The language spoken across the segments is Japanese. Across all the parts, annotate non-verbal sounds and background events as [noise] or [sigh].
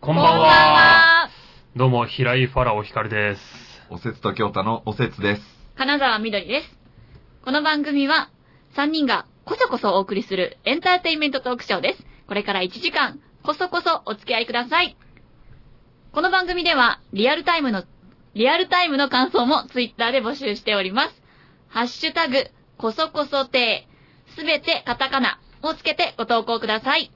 こんばんはどうも、平井ファラオヒカルです。おせつと京太のおせつです。金沢みどりです。この番組は、3人がこそこそお送りするエンターテインメントトークショーです。これから1時間、こそこそお付き合いください。この番組では、リアルタイムの、リアルタイムの感想もツイッターで募集しております。ハッシュタグ、こそこそてー、すべてカタカナをつけてご投稿ください。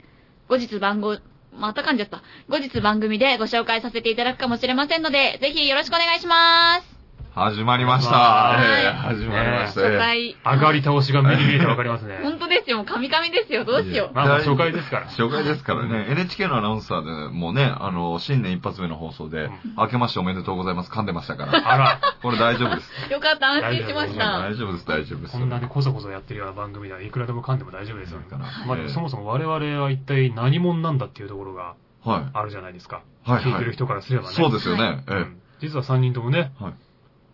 後日番号、また噛んじゃった。後日番組でご紹介させていただくかもしれませんので、ぜひよろしくお願いします。始まりました。はいええ始まりました。初ええ回。上がり倒しが目に見えてわかりますね。本当ですよ。もうカミカミですよ。どうしよまあまあ初回ですから。初回ですからね、NHK のアナウンサーでもね、あの、新年一発目の放送で、うん明けましておめでとうございます噛んでましたから、あ [laughs] ら、これ大丈夫です。 [laughs] う。よかった。安心しましあた大。丈夫です、大丈夫です。こんなにこそこそやってるような番組ではいくらでも噛んでも大丈夫ですよ。はいまあ、そもそも我々は一体何者なんだっていうところがはあるじゃないですか。い。はい、聞いはてるい。人からすればね。そうですよね。えうえん実は3人ともね、はい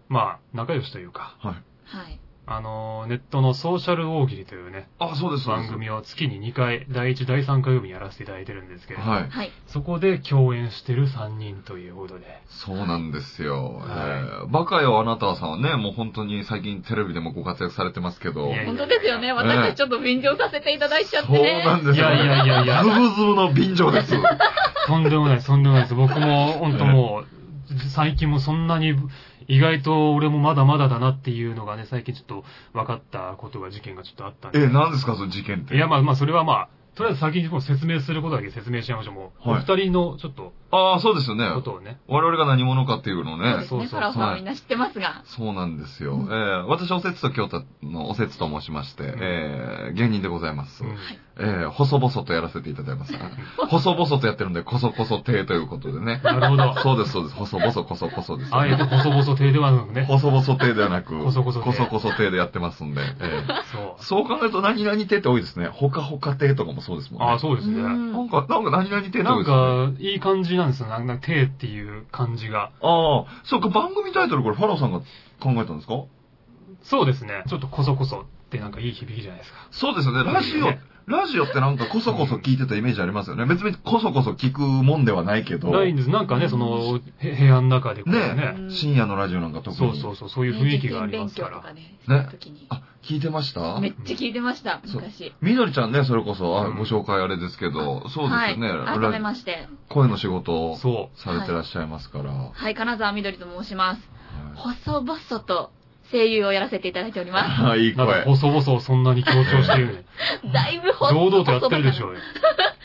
まあ、仲良しというか、はい。はい。あのー、ネットのソーシャル大喜利というね、あ、そうです、そうで番す。組を月に2回、第1、第3火曜日にやらせていただいてるんですけれども、はい。はい。そこで共演してる3人ということで。そうなんですよ。はええバカよあなたさんはね、もう本当に最近テレビでもご活躍されてますけど、いやいや本当ですよね。私たちちょっと便乗させていただいちゃってそうなね。んですよ、ね。いやいやい [laughs] やいやズブズブの便乗です。とんでもないです、とんでもないです。僕も、本当もう、最近もそんなに、意外と俺もまだまだだなっていうのがね、最近ちょっと分かったことが、事件がちょっとあったんで。 [laughs] え、何ですか、その事件って。いや、まあまあ、それはまあ、とりあえず先にもう説明することだけ説明しちゃいましょう。もう、おはい二人のちょっと、ああ、そうですよね。ことをね。我々が何者かっていうのをそうでね。すそうそうそうね。ファラオさんはみんな知ってますが。そうなんですよ。うんえー私、おせつと京太のおせつと申しまして、んえー芸人でございます。うんえー細々とやらせていただいます。細々とやってるんで、こそこそ亭ということでね。なるほど。そうです、そうです。細々こそこそです、あえて、細々亭ではなくね。細々亭ではなく、こそこそ亭こそこそ亭でやってますんで。えーそそう考えると、何々亭って多いですね。ほかほか亭とかもそうですう。もんね。ああ、そうですね。うんなんか、なんか何々亭ってな多いんですね。か、いい感じなんですよ。なんか、手っていう感じが。ああ、そうか、番組タイトルこれ、ファラオさんが考えたんですかそうですね。ちょっとこそこそってなんかいい響きじゃないですか。そうですよね。ラジオ、ラジオってなんかこそこそ聞いてたイメージありますよね。別にこそこそ聞くもんではないけど、ないんです。なんかね、その、へ部屋の中でこうねね深夜のラジオなんか特に。そうそうそう、そういう雰囲気がありますか。受験勉強とからね。そういう時に。あ、聞いてましためっちゃ聞いてました。そう昔。みどりちゃんね、それこそ、あ、うんご紹介あれですけど、そうではすよい。ね。改めラまして。声の仕事をそ。されてらっしゃいますから。ははい。金沢みどりと申します。い細々と声優をやらせていただいておりまあ、い [laughs] いうなんか、声。細々そんなに強調して [laughs] るね。 [laughs] す。だいぶ細々堂々とやってるでしう。ょうよ。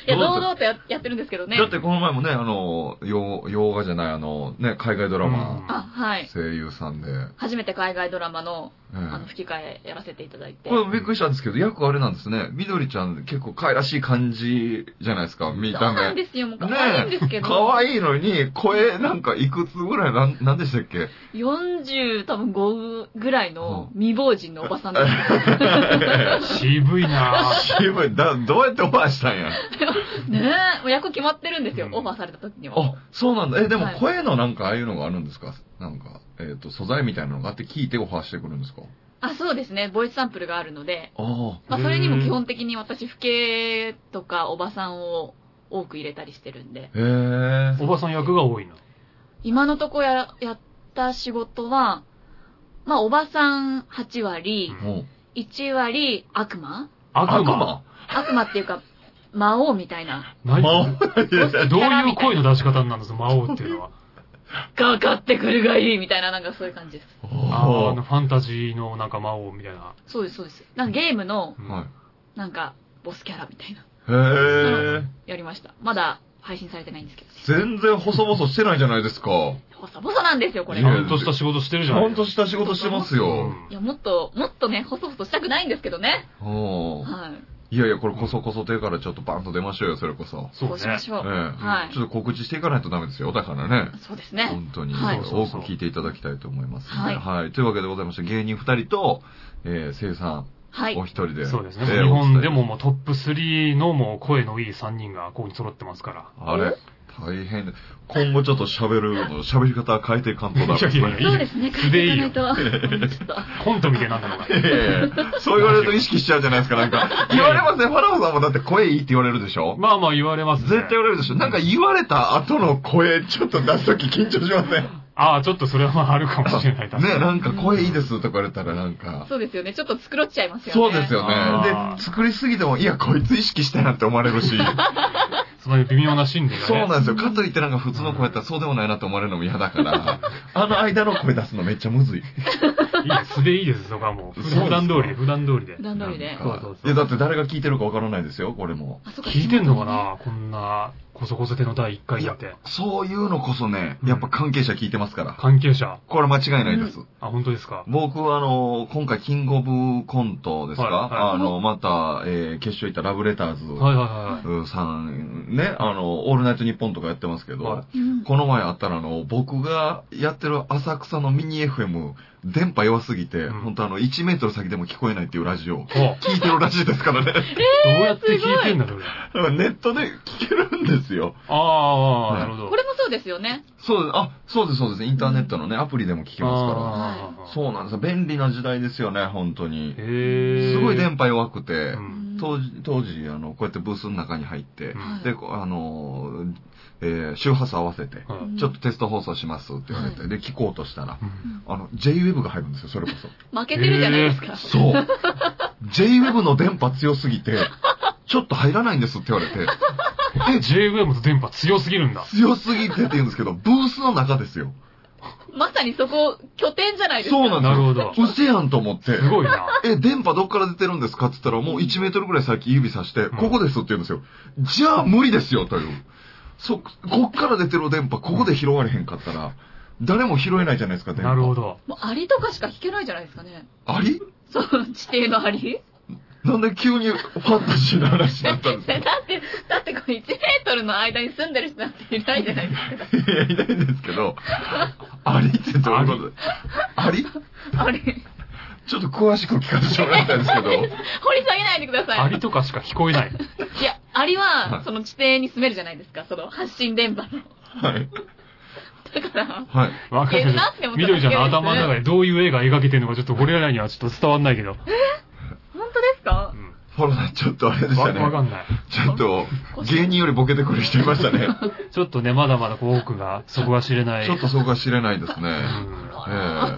いや、堂々とややってるんですけどねだ。ってこの前もね、あの、洋洋画じゃない、あの、ね、海外ドラマ、あ、はい。声優さんで。初めて海外ドラマのええあの吹き替えやらせていただいて。これびっくりしたんですけど、役あれなんですね。みどりちゃん結構可愛らしい感じじゃないですか、見そうたな目ん。ですよ。もう可愛いんですけど。可愛いのに、声なんかいくつぐらいなん、なんでしたっけ40多分5ぐらいの未亡人のおばさんなんです渋いなぁ。渋い。だ、どうやってオファーしたんや。 [laughs] よ。ねえ。もう役決まってるんですよう。んオファーされた時には。あ、そうなんだ。え、でもはい声のなんかああいうのがあるんですかなんか、えっ、と、素材みたいなのがあって聞いてオファーしてくるんですかあ、そうですね。ボイスサンプルがあるので。あまあ、それにも基本的に私、不景とかおばさんを多く入れたりしてるんで。あ。へえ。おばさん役が多いな。今のとこや、やった仕事は、まあ、おばさん8割、もう、 1割悪魔悪悪魔魔悪魔っていうか、魔王みたいな。何魔王 [laughs] どういう声の出し方なんですか魔王って [laughs] いうのは。かかってくるがいいみたいな、なんかそういう感じです。あーああの、ファンタジーのなんか魔王みたいな。そうです、そうです。なんかゲームの、うんーはい。なんか、ボスキャラみたいな、へえ。やりました。まだ配信されてないんですけど。全然細々してないじゃないですか。細々なんですよ、これ。ちいやいゃんとした仕事してるちじゃないゃんとした仕事してますよ。や、もっと、もっとね、細々したくないんですけどね。おーはい。いやいや、これこそこそ手からちょっとバンと出ましょうよ、それこそ。そうこうしねま。しょう。ええはいちょっと告知していかないとダメですよ。だからね。そうですね。本当に、はい多く聞いていただきたいと思いますので、ははい。というわけでございまして、芸人二人と、えー、生産、はいお。一人で。そうですえね。ー日本で。お二ももうトップ3のもう声のいい3人がここに揃ってますから。人あれ大変だ。今後ちょっと喋るの、喋り方変えていかんとな。いやいやいやそうですね、素でいいよ変えていかないと。ちょっと。コントみたいになったのが。いやいやそう言われると意識しちゃうじゃないですか、なんか。言われますね、ファラオさんもだって声いいって言われるでしょまあまあ言われますね。絶対言われるでしょなんか言われた後の声、ちょっと出すとき緊張しませんああ、ちょっとそれはあるかもしれない。確かね、になんか声いいですとか言われたらなんか。 [laughs] そうですよね、ちょっと作ろっちゃいますよね。そうですよあね。ーで、作りすぎても、いや、こいつ意識したいなって思われる [laughs] し。その微妙な心理がね。そうなんですよ。かといってなんか普通の声やったらそうでもないなって思われるのも嫌だから、あの間の声出すのめっちゃむずい。いや、素でいいです、そこはもう。そうですか普段通りで、普段通りで普。段通りでなん。かそうそうそういや、だって誰が聞いてるかわからないですよ、これも。あそっ聞いてんのかなこんな、こそこそ手の第一回やって。そういうのこそね、やっぱ関係者聞いてますから。関係者。これ間違いないです。あ、本当ですか。僕はあの、今回キングオブコントですか、はあの、また、えー決勝行ったラブレターズ、はいはうんさん、ね、あの、オールナイトニッポンとかやってますけど、はうんこの前あったらあの、僕がやってる浅草のミニ FM、電波弱すぎて、うん本当あの、1メートル先でも聞こえないっていうラジオ、いはい。お聞いてるらしいで [laughs] すからね。どうやって聞いてんだ、それ。ネットで聞けるんですよ。ああ、はいなるほど。これもそうですよね。そうです、あ、そうです、そうです。インターネットのね、アプリでも聞けまあすから。ーそうなんですよ。便利な時代ですよね、本当に。へえ。すごい電波弱くてう、ん当時、当時、あの、こうやってブースの中に入ってう、んで、こうあのー、えー周波数合わせて、はいうんちょっとテスト放送しますって言われて、で、聞こうとしたら、うんあの、JWEB が入るんですよ、それこそ。負けてるじゃないですへか。そう。JWEB の電波強すぎて、ちょっと入らないんですって言われて、 JWM と電波強すぎるんだ。強すぎてって言うんですけど、ブースの中ですよ。まさにそこ、拠点じゃないですか。そうなんでなるほどす。よ。うせやんと思って。すごいな。え、電波どっから出てるんですかって言ったら、もう1メートルぐらい先指さして、んここですって言うんですよ。じゃあ無理ですよ、という。そ、こっから出てる電波、ここで拾われへんかったら、誰も拾えないじゃないですか、電波。なるほ。ど。もうアリとかしか聞けないじゃないですかね。ありそう、地底のアリなんで急にファンタジーの話にだなっってたんですか、 [laughs] だってこれ1メートルの間に住んでる人なんていないじゃないですか。いや、いないんですけど、ありってどういうことありアリ、掘りちょっと詳しく聞かせてもらいたいんですけど、下げないでください。アリとかしか聞こえない。いや、アリはは、いその地底に住めるじゃないですか、その発信電波の。はい。だから、はい。わかいやるなって思った。緑ちゃんの頭の中でどういう絵が描けてるのかちょっと俺らにはちょっと伝わんないけど。本当ですかうんフォローさん、ちょっとあれでしわたわかね。んない。ちょっと、芸人よりボケてくる人いましたね。ちょっとね、まだまだこう多くが、そこは知れない。ちょっとそこは知れないですうね。んええ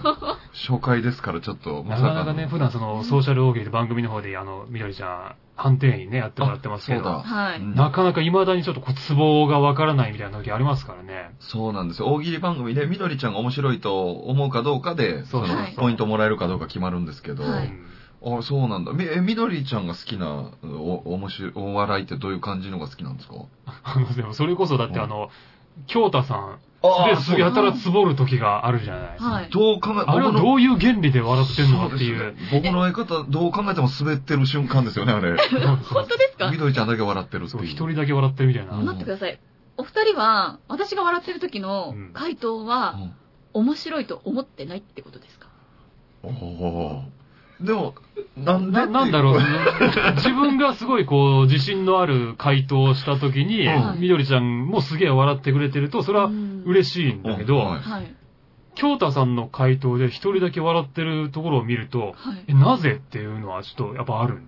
初回ですから、ちょっと、なかなかね、普段その、ソーシャル大喜利で番組の方で、あの、緑ちゃん、判定員ね、やってもらってますけそうど、だ。はいうんなかなか未だにちょっとこう、ツボがわからないみたいな時ありますからね。そうなんですよ。大喜利番組で、みどりちゃんが面白いと思うかどうかで、そうそそうのはいポイントもらえるかどうか決まるんですけど、うはいん [laughs] あ、そうなんだ。み、え、みどりちゃんが好きな、お、おもし、お笑いってどういう感じのが好きなんですかあの、でもそれこそだってあの、京太さん、あで、あ、すそうやたらツボる時があるじゃない。はい。どう考え、あれはどういう原理で笑ってんのかっていそうう。ですね僕の相方、どう考えても滑ってる瞬間ですよね、 [laughs] あれ。そう本当ですかみどりちゃんだけ笑ってるってそう、いう。一人だけ笑ってるみたいな。うん待ってください。お二人は、私が笑ってる時のうん回答うは、ん面白いと思ってないってことですかおおー。でも、なんでな、なんだろう、自分がすごいこう、自信のある回答をしたときにう、んみどりちゃんもすげえ笑ってくれてると、それは嬉しい。嬉しいんだけうんどはい、はい。京太さんの回答で一人だけ笑ってるところを見ると、はいえ、。なぜっていうのはちょっとやっぱある。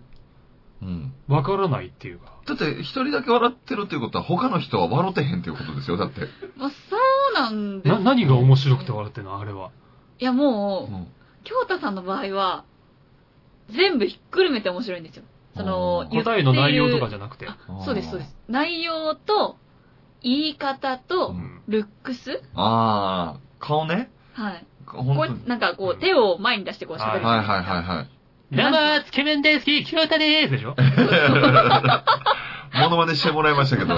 うん。わからないっていうか。だって、一人だけ笑ってるっていうことは、他の人は笑ってへんっていうことですよ、だって。まあ、そうなんですな、何が面白くて笑ってるのあれは。いや、もうう、ん京太さんの場合は、全部ひっくるめて面白いんですよ。そのあ、ー言って答えいるの内容とかじゃなくて。あそうです、そうです。内容と、言い方う、とうんルックスああ、顔ね。はい。こ本当にう、。なんかこうんう、手を前に出してこう喋る。はいはいはいはい。どうも、つけ麺大好き、京太ですでしょモノマネしてもらいまし [laughs] たけど、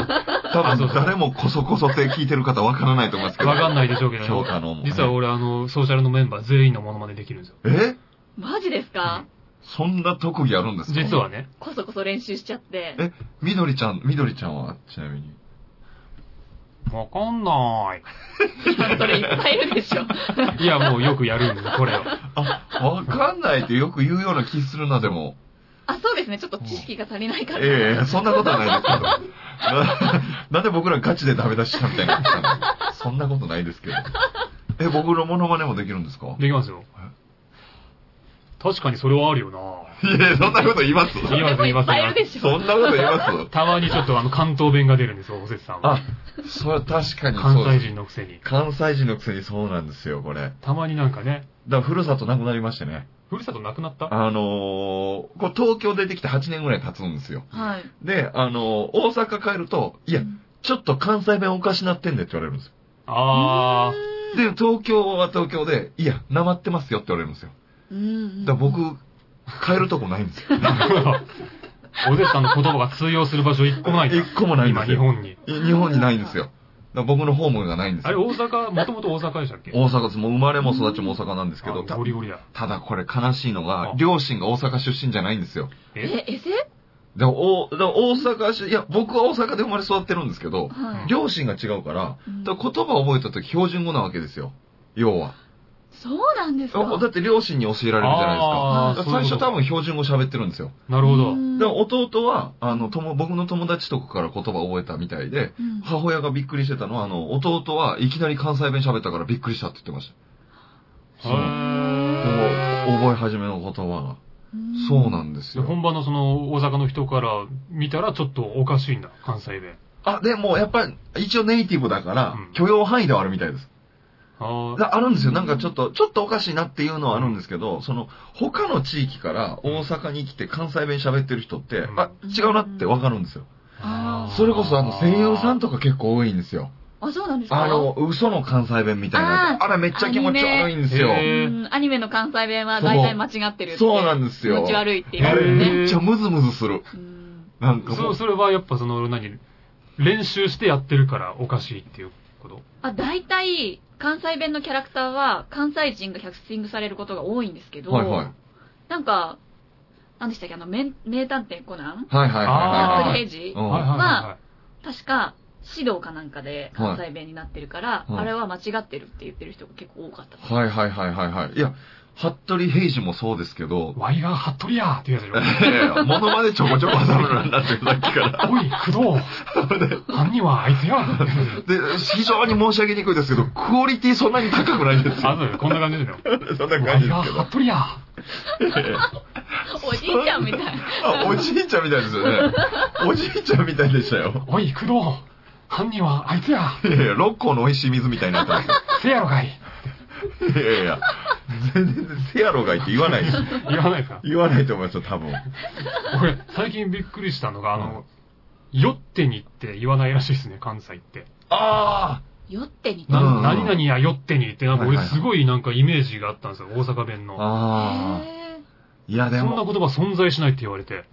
多あそう分そう誰もこそこそって聞いてる方わからないと思いますけど。わかんないでしょうけど、京太のも実は俺あの、ソーシャルのメンバー全員のモノマネできるんですよ。えマジですかそんな特技あるんですか実はね。こそこそ練習しちゃって。え、みどりちゃん、みどりちゃんはちなみに。わかんない。それいっぱいいるで [laughs] しょ。いや、もうよくやるんで、これを。 [laughs] あ、わかんないってよく言うような気するな、でも。あ、そうですね。ちょっと知識が足りないから。ええそんなことはないですけど。ななんで僕らガチでダメ出ししたみたいになったのそんなことないですけど。え、僕のモノマネもできるんですかできますよ。確かにそれはあるよないや、そんなこと言います言いますでもっぱいいるでしそょ。んなこと言いますたまにちょっとあの関東弁が出るんですよ、ホセさんは。あ、それは確かに関そうです西人のくせに。関西人のくせにそうなんですよ、これ。たまになんかね、だから、ふるさとなくなりましてね。ふるさとなくなったあのーこれ東京出てきて8年ぐらい経つんですよ。はい。で、あのー大阪帰ると、いや、ちょっと関西弁おかしなってんでって言われるんですよ。あで、東京は東京で、いや、なまってますよって言われるんですよ。うんうん。だから僕、帰るとこないんですよ。ー。ホセさんの言葉が通用する場所一個もないんだ一個もないんで今、す日よ。本に。い日本にないんですよ。だから僕のホームがないんですあれ、よ。大阪、もともと大阪でしたっけ大阪です。もう生まれも育ちも大阪なんですけど、あたゴリゴリだ。ただこれ悲しいのがあ、両親が大阪出身じゃないんですよ。ええ、エセでも、おでも大阪市、いや、僕は大阪で生まれ育ってるんですけはど、い。両親が違うから、うんだから言葉を覚えた時標準語なわけですよ。要は。そうなんですか。だって両親に教えられるじゃないですか。あーだかそうらいうこ最初と多分標準語喋ってるんですよ。なるほどう。んでも弟は、あの、とも僕の友達とかから言葉を覚えたみたいで、うん母親がびっくりしてたのは、あの、弟はいきなり関西弁喋ったからびっくりしたって言ってました。へそうーもう覚え始めの言葉が。そうなんですでよ。本場のその大阪の人から見たらちょっとおかしいんだ、関西弁。あ、でもやっぱり、一応ネイティブだからうん、許容範囲ではあるみたいです。ああ。だあるんですよ。なんかちょっと、ちょっとおかしいなっていうのはあるんですけど、その、他の地域から大阪に来て関西弁喋ってる人って、うんあ、違うなってわかるんですよ。あーそれこそあの、声優さんととか結構多いんですよ。あ、そうなんですか。あの、嘘の関西弁みたいなやつ。あれめっちゃ気持ち悪いんですよア。ニメうんアニメの関西弁は大体間違ってるってそうなんですよ気持ち悪いってへーあ言うれんですね。めっちゃムズムズする。うんなんかも、そうそれはやっぱその、何、練習してやってるからおかしいっていうこと。あ、大体、関西弁のキャラクターは、関西人がキャスティングされることが多いんですけど、はいはい。なんか、何でしたっけ、あの、名名探偵コナンはいはいはい服は部い平次うんはいはいはいはい。確か、指導かなんかで関西弁になってるから、はいあれは間違ってるって言ってる人が結構多 [laughs] かった。はいはいはいはいはい。いや、服部平次もそうですけど、 [laughs] ワイガーハットリアーっていうやつでしょ。いやいや、モノマネちょこちょこ挟むようになってるさっきから。おい、工藤犯人はあいつやで、非常に申し上げにくいですけど、クオリティそんなに高くないですあ、よ。そうだよこんな感じですよ。そんなワ感じイでガーすけハどッ。トリアーおじいちゃんみ [laughs] たいな。あ、おじいちゃんみたいですよね。おじいちゃんみたいでしたよ。おい、工藤犯人はあいつやいやいや、六甲の美味しい水みたいになってませやろかいす。いやいや、全然、せやろがいって言わないです。言わないですか言わないと思いますよ、多分。俺、最近びっくりしたのが、あの、酔ってにって言わないらしいですね、関西って。あ酔って似てなうん何々や酔ってにって、なんかは俺いはいはいすごいなんかイメージがあったんですよ、大阪弁あの。ああ。へーいや、でそんなも、言葉存在しないって言われて。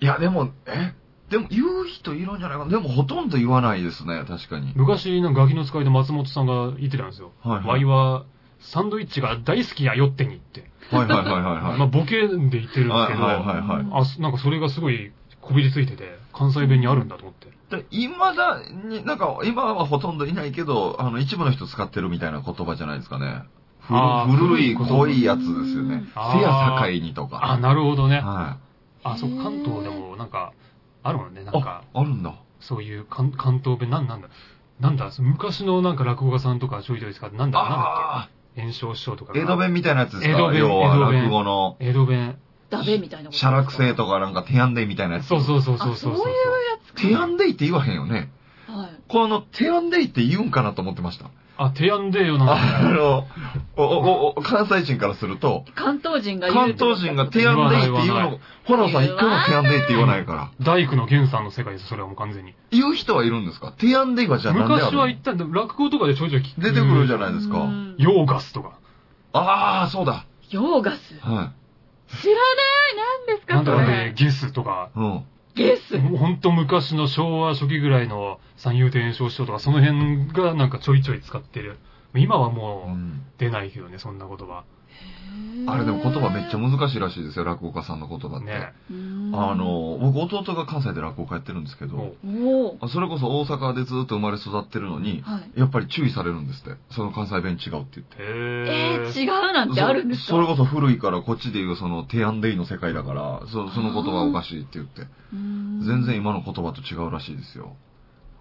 いや、でも、えでも、言う人いるんじゃないかな。でも、ほとんど言わないですね、確かに。昔、なんかガキの使いで松本さんが言ってたんですよ。はいワはいイ。は、サンドイッチが大好きや酔ってにって。はいはいはいはいはい。まあ、ボケで言ってるんですけど、はいはいはいはい。あ、すなんかそれがすごいこびりついてて、関西弁にあるんだと思って。で今だに、なんか、今はほとんどいないけど、あの、一部の人使ってるみたいな言葉じゃないですかね。古あー古古い、い言葉濃いやつですよね。あーせや境にとあ、か。なるほどね。は。あ、そうへ、ー関東でもなんか、あるもんね、ないんあか、、あるんだ。そういう関関東弁、なんなんだ、なんだ、その昔のなんか落語家さんとかちょいちょい使って、なんだ、なんだっあけ、炎症師匠とかあがー、江戸。弁みたいなやつですか江戸弁要江戸は弁落語の、江戸弁。ダメみたいなこと。シャラクセイとかなんか、テヤンデイみたいなやつ。そうそうそうそうあ、そういうやつか。テヤンデイって言わへんよね。はい。この、テヤンデイって言うんかなと思ってました。あ、提案でよあな。の、お、お、お、関西人からすると、関東人が言う関ってこと東人がテヤンデイって言う言わない言わなの、ホラーさん一回もテヤンデイって言わないから。大工の源さんの世界です、それはもう完全に。言う人はいるんですか提案ではじゃあなんであ昔るはの言ったんだ、落語とかでちょいちょい聞く。出てくるじゃん。ないですうか。んヨーガスとか。ああ、そうだ。ヨーガス。は知らないな何んですとかそかでれ、。ゲスとか。い。うん。ゲス。もうほんと昔の昭和初期ぐらいの三遊亭炎症師匠とか、その辺がなんかちょいちょい使ってる。今はもう出ないけどね、そんな言葉。あれでも言葉めっちゃ難しいらしいですよ、落語家さんの言葉って。ねあ、の、僕弟が関西で落語家やってるんですけもどう、おーあそれこそ大阪でずっと生まれ育ってるのに、はい。やっぱり注意されるんですって。その関西弁違うって言って。へえー、ー。違うなんてあるんですかそそれこそ古いからこっちで言うその提案でいいの世界だから、そその言葉おかしいって言って。全全然今の言葉と違うらしいですよ。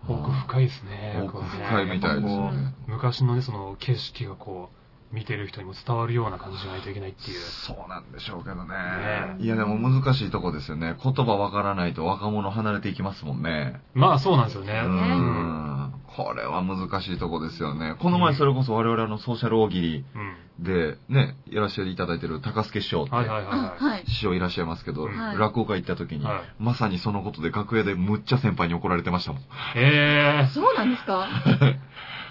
奥深いですね。奥深いみたいですこうねね。昔のね、その景色がこう、見てる人にも伝わるような感じじゃないといけないっていう。そうなんでしょうけどね。ねいやでも難しいとこですよね。言葉わからないと若者離れていきますもんね。まあそうなんですよね。うううんん。ん。これは難しいとこですよね。この前それこそ我々のソーシャル大喜利うん。でね、やらせていただいてる高助師匠って、はいはいはいあ、ははい。師匠いらっしゃいますけど、はい落語会行った時に、はいまさにそのことで楽屋でむっちゃ先輩に怒られてましたもん。い。えそうなんです [laughs] か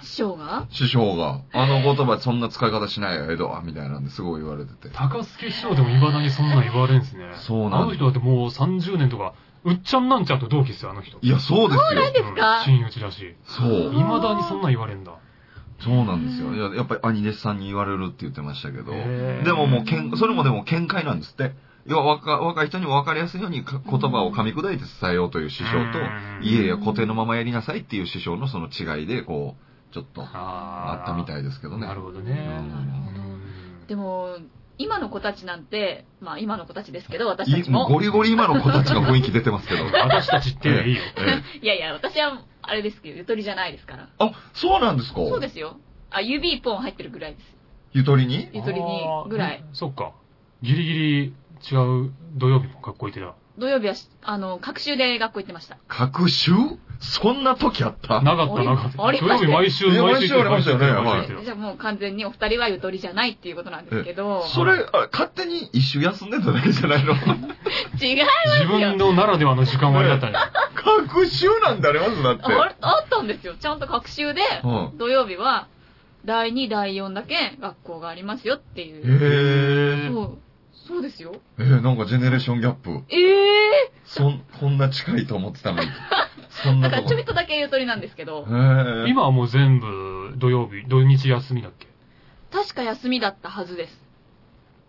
師匠が師匠が、あの言葉そんな使い方しないよ、江戸は、みたいなんですごい言われててー、。高助師匠でも未だにそんなん言われるんですね。そうなんあの人だってもう30年とか、うっちゃんなんちゃんと同期ですよ、あの人。いや、そうですよ。ですうかん、真打ちだし。そう。未だにそんなん言われんだ。そうなんですよ。いややっぱり兄弟子さんに言われるって言ってましたけど。へーでももうけん、それもでも見解なんですって。要は若若い人にも分かりやすいようにか言葉を噛み砕いて伝えようという師匠うんと、いやいや固定のままやりなさいっていう師匠のその違いで、こう、ちょっとああったみたいいですけどね。なるほどね。うんうんでも、今の子たちなんて、まあ今の子たちですけど、私たいちもうゴも。リゴリ今の子たちが雰囲気出てますけど。私たちっていうの [laughs] はいいよ。えいえやいや、私は、あれですけど、ゆとりじゃないですから。あ、そうなんですかそうですよ。あ、指一本入ってるぐらいです。ゆとりにゆとりにぐらいあー。そっか。ギリギリ違う土曜日も学校行ってた。土曜日はし、あの、各週で学校行ってました。各週そんな時あったなかったなかった。あ土りま曜した日よ毎週、毎いや週行ってた毎週ありましたよね毎週行ってじゃあもう完全にお二人はゆとりじゃないっていうことなんですけど、それ、あ勝手に一周休んでただけじゃないの違うた自分のならではの時間割だったんや。各週なんてありますだって。あれあったんですよ。ちゃんと学習で、うん土曜日は、第2、第4だけ学校がありますよっていへう。え。そう。そうですよ。えー、なんかジェネレーションギャップ。ええそん、こんな近いと思ってたのに。そんー、ななんとかこ。ちょびっとだけゆとりなんですけど、へえ。今はもう全部土曜日、土日休みだっけ確か休みだったはずです。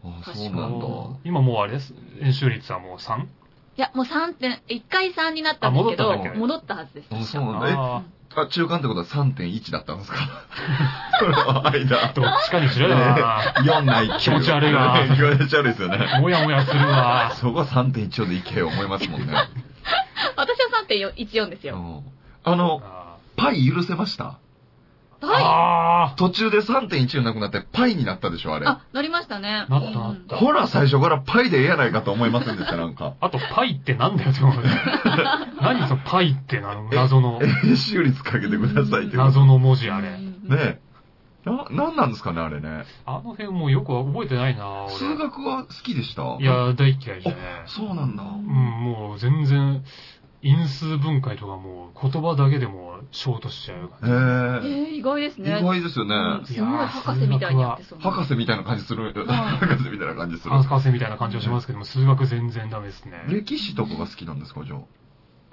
あ、そうなんだ。今もうあれです。演習率はもう 3? いや、もう3点、1回3になったんですけど、あ戻戻ったっんだっけたはずです。あ、そう確かなんだ。あえ、あ中間ってことは3.1だったんですか [laughs] その間ー。どっちかにしろよな。 4ない9。気持ち悪いな [laughs] 気持ち悪いですよね。もやもやする [laughs] わ。そこは3.1でいけよ思いますもんね。 [laughs] 私は3.14ですうよ。んあの、あパイ許せましたーはあ途中で3.1なくなってパイになったでしょ、あい。れ。あ、なりましたね。なったなった。ほら、最初からパイでええやないかと思いませんでした、なんか。あと、パイってなんだよって [laughs] 思うね。何そのパイってなの謎の、編集率かけてくださいってこと。謎の文字あうれ。んねえ。な、なんなんですかね、あれね。あの辺もうよく覚えてないな俺。数学は好きでしたい、や、大嫌いじゃね。そうなんだ。うん、もう全然、因数分解とかもう言葉だけでもショートしちゃう感じ。えへえ。ー、意外です意ね。外ですようんね。すごい博士みたいにやってそう。博士みたいな感じする。はい博士みたいな感じする。博士みたいな感じはしますけども、数学全然ダメですね。歴史とかが好きなんですか、じゃ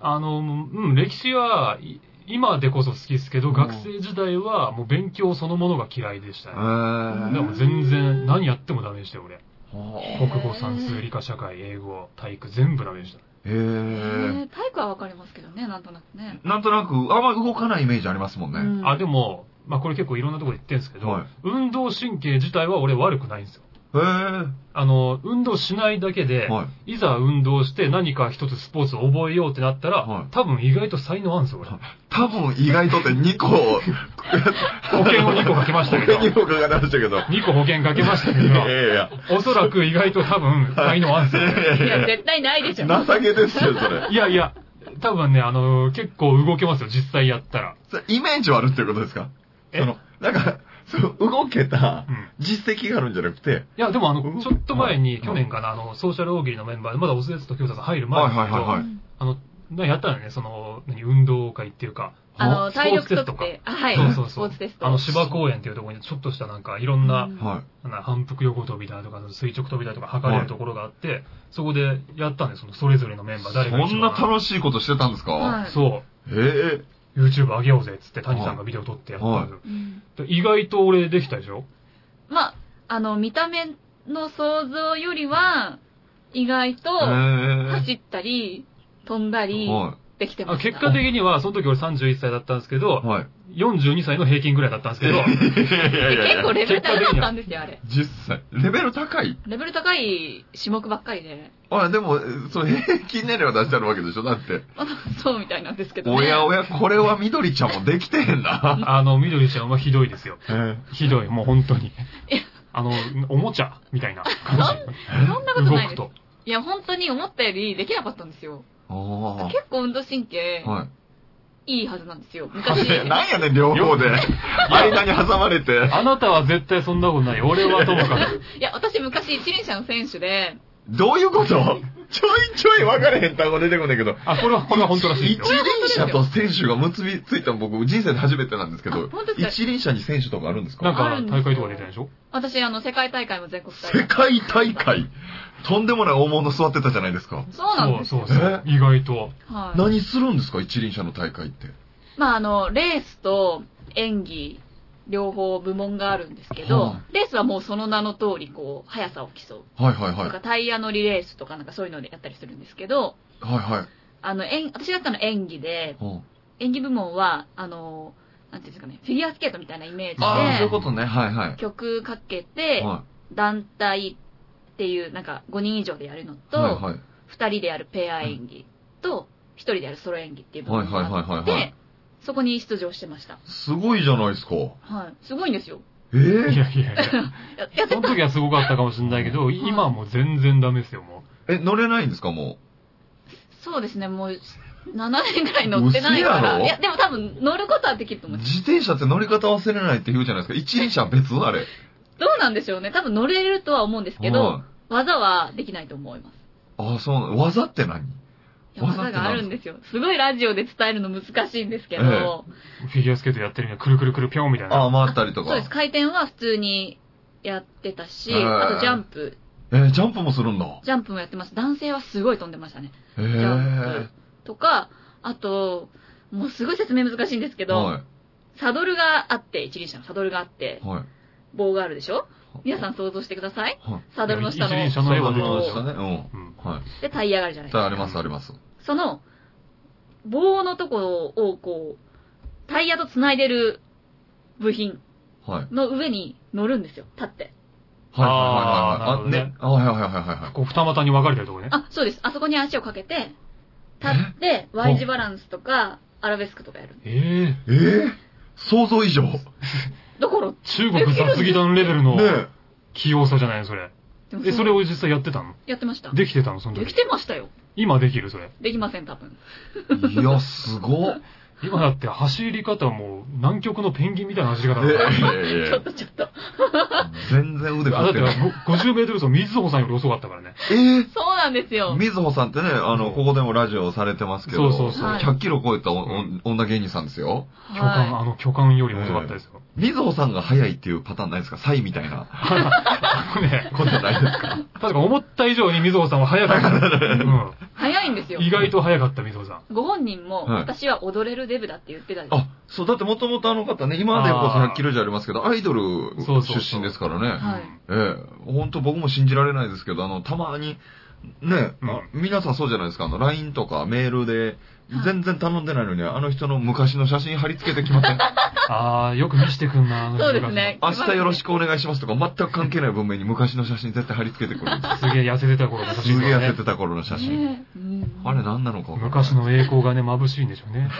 あ。あの、うん、歴史は、い今でこそ好きですけうど、ん学生時代はもう勉強そのものが嫌いでしたね。へえ。でも全然何やってもダメでしたよ、俺。はあ国語、算数、理科、社会、英語、体育、全部ダメでした。へええ。ー、体育はわかりますけどね、なんとなくね。なんとなく、あんま動かないイメージありますもんね。うんあ、でも、まあこれ結構いろんなところで言ってるんですけど、はい運動神経自体は俺悪くないんですよ。へあの、運動しないだけで、え。はい。い、ざ運動して何か一つスポーツを覚えようってなったら、はい多分意外と才能あるんですよ、俺。多分意外とって2個、 [laughs] 保険を2個かけましたけど、 2個かかりましたけど。 2個保険かけましたけい [laughs] やいど、やいや。おそらく意外と多分才能あるんですいよ。やいいやや、い絶対ないでしょ。や。情けですよ、それ。いやいや、多分ね、あの、結構動けますよ、実際やったら。 [laughs] それイメージはあるってことですかえその、なんか、その動けたうん実績があるんじゃなくて、いや、でもあうんの、ちょっと前うに、ん去年かな、あの、ソーシャル大喜利のメンバーで、まだオスエツと京太さん入る前ですけど、はいはいはいはいあの、なやったのね、その、何、運動会っていうか、あの、スポ体ーツ力テスト測か。定。あはい。そうそうそうスポーツテスト。あの、芝公園っていうところに、ちょっとしたなんか、いろんな、うんはな反復横跳びだとか、垂直跳びだとか、測れるところがあって、そこでやったんです、その、それぞれのメい。ンバー、そ誰が一んな番楽しいことしてたんですかはい。そええ。う、YouTube 上げようぜ、っつって、谷さんがビデオ撮ってやったんですようんで意外と俺できたでしょまあ、あの、見た目の想像よりは、意外と、走走ったり、飛んだり、はできてまあす。結果的には、その時俺31歳だったんですけどい。、はい。 42歳の平均ぐらいだったんです [laughs] けど、いやいやいや結いや構レベル高かったんですよ、あれ。 10歳。レベル高いレベル高い種目ばっかりで。 [laughs] あ、でも、そう、平均年齢は出してあるわけでしょだって。あそうみたいなんですけど、ね。おやおや、これはみどりちゃんもできてへ [laughs] んな。あの、緑ちゃんはひどいですよ。えーひどい、もう本当に。あの、おもちゃみたいな感そんなこじ。と動ないくです。と。いや、本当に思ったよりできなかったんですよ。あ結構運動神経あ。はい。いいはずなんですよ。昔。えなんやねん、両方で。間に挟まれて。あなたは絶対そんなことない。俺はともかく。いや、私昔一輪車の選手で、どういうことちょいちょい分かれへん単語出てこないけど。あ、これは、これは本当らしい一ですよ。輪車と選手が結びついたの僕、人生で初めてなんですけどあ本当、ですか一輪車に選手とかあるんですなんかか、大会とか出てないでしょ私あの世界大会も全国大世会。界大会、とんでもない大物座ってたじゃないですか。そうなんですそよう。そう。意外と。はい。何するんですか一輪車の大会って。まああの、レースと演技、両方部門があるんですけどは、レースはもうその名の通り、こう、速さを競う。はいはないはい。んはかタイヤ乗りレースとかなんかそういうのでやったりするんですけど、いはい。あの、演、私だったの演技で、うん演技部門は、あの、なんていうんですかね、フィギュアスケートみたいなイメああ、そういーうジことね。はいはいで、。曲かけて、は団体っていう、なんか5人以上でやるのい。と、はいはい。 2人でやるペア演技と、1人でやるソロ演技っていう部はい門はいはいがあっはいはいて、そこに出場してました。すごいじゃないですか。はい。すごいんですよ。えいえやいやい [laughs] や。ややってその時はすごかったかもしれないけど、今はもう全然ダメですよ、もえ、乗れないんですかもそうですね、もう、7年ぐらい乗ってないから。嘘やろいや、でも多分乗ることはできるとう。思う。自転車って乗り方忘れないって言うじゃないですか。一輪車は別あれ。どうなんでしょうね。多分乗れるとは思うんですけうどん、技はできないと思います。ああ、そうなの。技って何いや技があるんですよ。すごいラジオで伝えるの難しいんですけど、えう。フィギュアスケートやってるにはくるくるくるぴょんみたいな。ああ、回ったりとそうかです。。回転は普通にやってたし、ええあとジャンプ、えー、ジャンプもするんだ。ジャンプもやってます。男性はすごい飛んでましたね。ええジャンとか、あと、もうすごい説明難しいんですけど、はサドルがあって、一輪車のサドルがあってい。、はい。棒があるでしょ皆さん想像してください。はい。サドルの下一輪の、車の絵はそう出いてうまこしとたでね。したね。うん。うん。はい。でタイヤがあるじゃないですさあ、か。ありますあります。その、棒のところをこう、タイヤと繋いでる部品はい。の上に乗るんですよ、立って。はあいーはいはいはい。あ、なるね。あ、はいはいはいはいはい。こう、二股に分かれたりとかね。あ、そうです。あそこに足をかけて、立って、Y 字バランスとか、アラベスクとかやる。ええええ想像以上。ねだから、中国雑技団レベルのえ。器用さじゃないそれ。でもえ、それを実際やってたのやってました。できてたのそので時き。てましたよ。今できるそれ。できません、多分。いや、すごっ。今だって走り方も南極のペンギンみたいな走りえ方だから。ちょっとちょっと。全然腕あ、だ振っっててない。ご50メートル走、水穂さんより遅かったからね。えそうなんですー、よ。みずほさんってね、あうの、んここでもラジオされてますけど、そうそうそうはい100キロ超えたおおうん女芸人さんですよ。巨漢、はあの巨漢より遅かったですよ。みずほさんが速いっていうパターンないですかサイみたいなあのね、ことないですか確か思った以上に水穂さんは早かった。 [laughs] うんい。早いんですよ。意外と早かった水穂さん。ご本人も、はい私は踊れるデブだって言ってたんですあ、そう、だってもともとあの方ね、今でこそ100キロじゃありますけど、アイドルそうそうそう出身ですからね。はいええ、本当僕も信じられないですけど、あの、たまに、ね、う皆さんそうじゃないですか、あの、LINE とかメールで、全然頼んでないのに、あの人の昔の写真貼り付けてきま [laughs] せん。あー、よく見してくんな。あのそうですね明日よろしくお願いしますとか、全く関係ない文面に昔の写真絶対貼り付けてく [laughs] るんで水穂さん。すげえ痩せてた頃の写す。す真げえが痩ねせてた頃の写真。ねえうんあれ何なのか分からない昔の栄光がね、眩しいんでしょうね。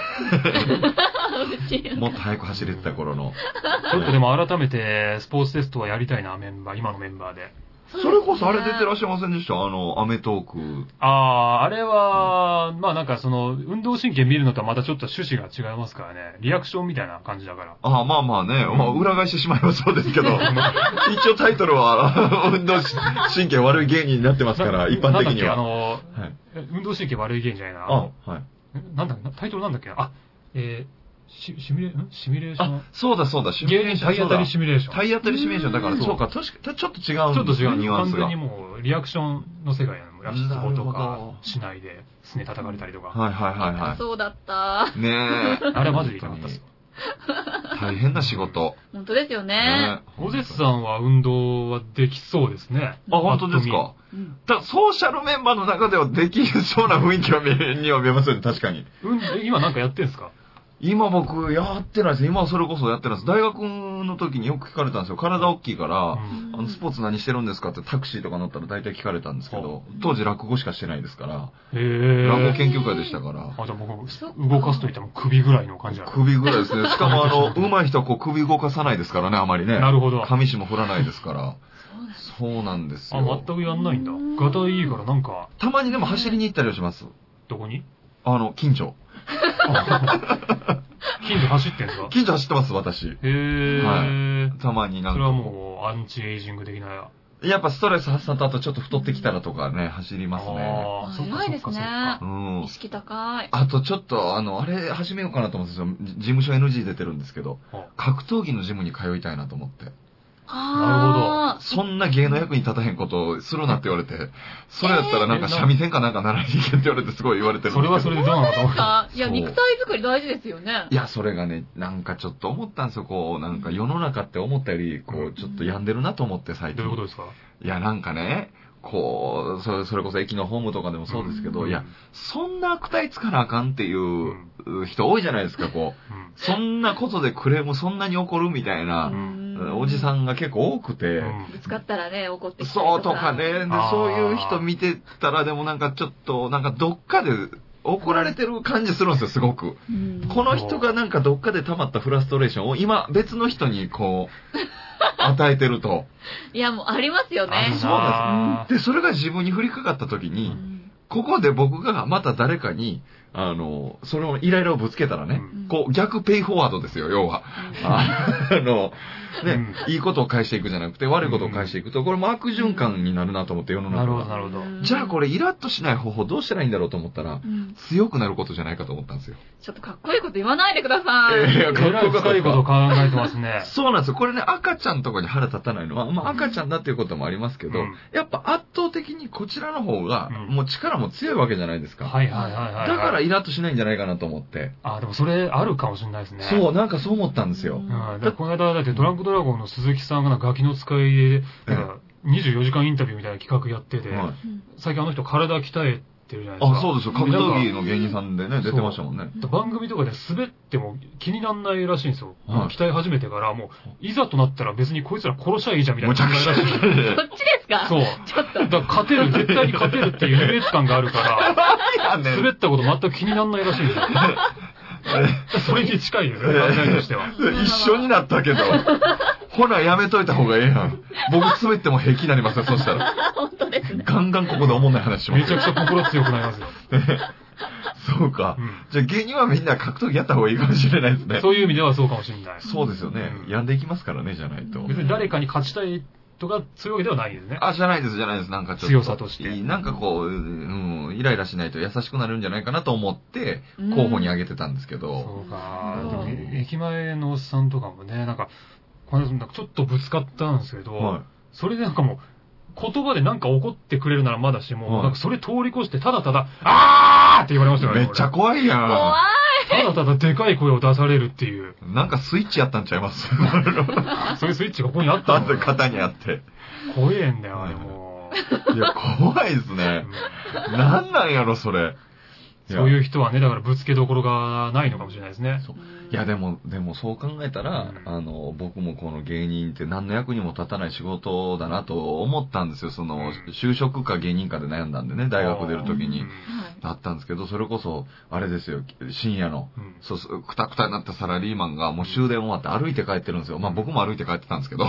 嬉しいもっと早く走れてた頃の。 [laughs] ちょっとでも改めて、スポーツテストはやりたいな、メンバー、今のメンバーで。それこそあれ出てらっししゃいませんでしたあの、アメトーク。ああ、あれは、まあなんかその、運動神経見るのとはまたちょっと趣旨が違いますからね。リアクションみたいな感じだから。ああ、まあまあね。まあ、裏返してしまいはそうですけ [laughs] ど。一応タイトルは、 [laughs] 運動し神経悪い芸人になってますから、一般なん的には。だっけ、はいあの、え運動神経悪い芸人じゃないな。ああの、はい。なんだなタイトルなんだっけなあ、えー、シシミュレ、んシミュレーションあ、そうだそうだ、シミュレ芸ーシ人ョン。体当たりシミュレーション。体当たりシミュレーションだから、うんそうか、確かちょっと違うんちょっと違う、ニュアン完ス全が。にもう、リアクションの世界なの。ラスボとなるかほど、しないで、すね叩かれたりとか。はいはいはいはそうだった。い。ねえ。あれはマジで痛かったですよ。大変な仕事。本当ですよね。ね小ゼスさんは運動はできそうですね。あ、本当ですか。うんだソーシャルメンバーの中ではできそうな雰囲気は見には見えますよね、確かに。うん、今なんかやってんすか今僕やってないです。今それこそやってないです。大学の時によく聞かれたんですよ。体大きいから、んあの、スポーツ何してるんですかってタクシーとか乗ったら大体聞かれたんですけど、当時落語しかしてないですから、へ落語え。研究会でしたから、あ、じゃあ僕、そっか動かすといっても首ぐらいの感じだ。首ぐらいですね。しかも [laughs] あの、上手い人はこう首動かさないですからね、あまりね。なるほど。あ、紙紙も振らないですから。そうなんですそうなんですよ。全くやんないんだう。んガタイいいからなんか、たまにでも走りに行ったりはします。どこにあの、近所。 [laughs] 近所走ってんすか近所走ってます、私。へえ。たまになんそか。れはもう、アンチエイジング的な。やっぱストレス発散とあとちょっと太ってきたらとかね、走りますね。ああ、そっか偉そっいですかそっねか。うん意。識高い。あとちょっと、あの、あれ始めようかなと思ってたんですよ。じ事務所 NG 出てるんですけどあ、格闘技のジムに通いたいなと思って。なあーそんな芸の役に立たへんことをするなって言われて、それやったらなんか三味線かなんか習いに行けって言われてすごい言われてるんでそれすけど。はそれでどうなのかと思なんか、いや、そう肉体作り大事ですよねい。や、それがね、なんかちょっと思ったんですよ、こう、なんか世の中って思ったより、こう、ちょっと病んでるなと思って、最う。近。どういうことですかいや、なんかね、こう、それそれこそ駅のホームとかでもそうですけど、うんいや、そんな悪態つかなあかんっていううん人多いじゃないですか、こう。うんそんなことでクレームそんなに怒るみたいな、おじさん。んが結構多くて、うんぶつかったらね、怒ってきたりそうとかね、であーそういう人見てたら、でもなんかちょっと、なんかどっかで怒られてる感じするんですよ、すごく。うんこの人がなんかどっかで溜まったフラストレーションを今別の人にこ [laughs] う、与えてると。いや、もうありますよあねる。なで、それが自分に降りかかった時うに、んここで僕がまた誰かに、あの、そのイライラをぶつけたらね、うんこう逆ペイフォワードですよ、要 [laughs] は。あの、ね、 [laughs] いいことを返していくじゃなくて悪いことを返していくと、これも悪循環になるなと思って世のなる中ほど、が。なるほど。じゃあこれ、れイラッとしない方法どうしたらいいんだろうと思ったら、うん強くなることじゃないかと思ったんですよ。ちょっとかっこいいこと言わないでください。いやえらい深いことを考えてますね。そうなんですよ。これね、赤ちゃんとかに腹立たないのは、まあ赤ちゃんだっていうこともありますけど、うんやっぱ圧倒的にこちらの方が、うんもう力も強いわけじゃないですか。はいはいはいはい。だから、イラッとしないんじゃないかなと思って。あ、でもそれあるかもしれないですね。そう、なんかそう思ったんですうようんん。。だからこの間、だってドランクドラゴンの鈴木さんがなんかガキの使いで、なんか24時間インタビューみたいな企画やってて、はいうん最近あの人体鍛えてるじゃないですか。あ、そうですよ。格闘技の芸人さんでね、出てましたもんね。番組とかで滑っても気にならないらしいんですよ。はい鍛え始めてから、もう、いざとなったら別にこいつら殺しゃいいじゃんみたいむなちゃ考くえちら [laughs] しい。。[laughs] ゃそっちですか [laughs] そう。ちょっと。だから勝てる、絶対に勝てるっていう優越感がある [laughs] から、滑ったこと全く気にならないらしいんですよ。それに近いですね、考えとしては。 [laughs] 一緒になった [laughs] けど。ほら、やめといた方がええやん。僕滑っても平気になりますよ、そしたら。本当ですね。ガンガンここで思んない話しまめすちゃよくちゃ心強くなり [laughs] ますよ。そうかう。んじゃあ芸人はみんな格闘技やった方がいいかもしれないですね。そういう意味ではそうかもしれない。そうですよね。病んでいきますからね、じゃないと。別に誰かに勝ちたいとか強いわけではないですね。あ、じゃないです、じゃないです。なんかちょっと。強さとしていいなんかこう、うん、イライラしないと優しくなるんじゃないかなと思って、うん候補に挙げてたんですけそど。うかそう。でも駅前のおっさんとかもね、なんか、この間なんかちょっとぶつかったんですけど、はそれでなんかもう、言葉でなんか怒ってくれるならまだしも、はいなんかそれ通り越して、ただただ、あーって言われましい。たよね。めっちゃ怖いや怖ん。俺ただただでかい声を出されるっていう、なんかスイッチやったんちゃいます [laughs] そういうスイッチがここにあったあのと肩にあって。怖えんだよ、あれもう。いや、怖いですうね。んなんなんやろ、それ。。そういうう人はね、だからぶつけどころがないのかもしれないですね。そうい。いや、でも、でもそう考えたら、うんあの、僕もこの芸人って何の役にも立たない仕事だなと思ったんですよ。その、うん就職か芸人かで悩んだんでね、大学出るときにうん。はい。だったんですけど、それこそ、あれですよ、深夜の、うんそうそう、くたくたになったサラリーマンがもう終電終わって歩いて帰ってるんですよ。まあ僕も歩いて帰ってたんです [laughs] けど、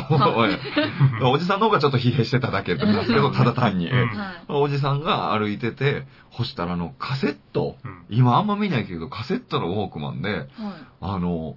[laughs] おじさんの方がちょっと疲弊してただけなんですけど、ただ単に。うんはい。おじさんが歩いてて、干したらあの、カセット、うん今あんま見ないけど、カセットのウォークマンで、はい。あの、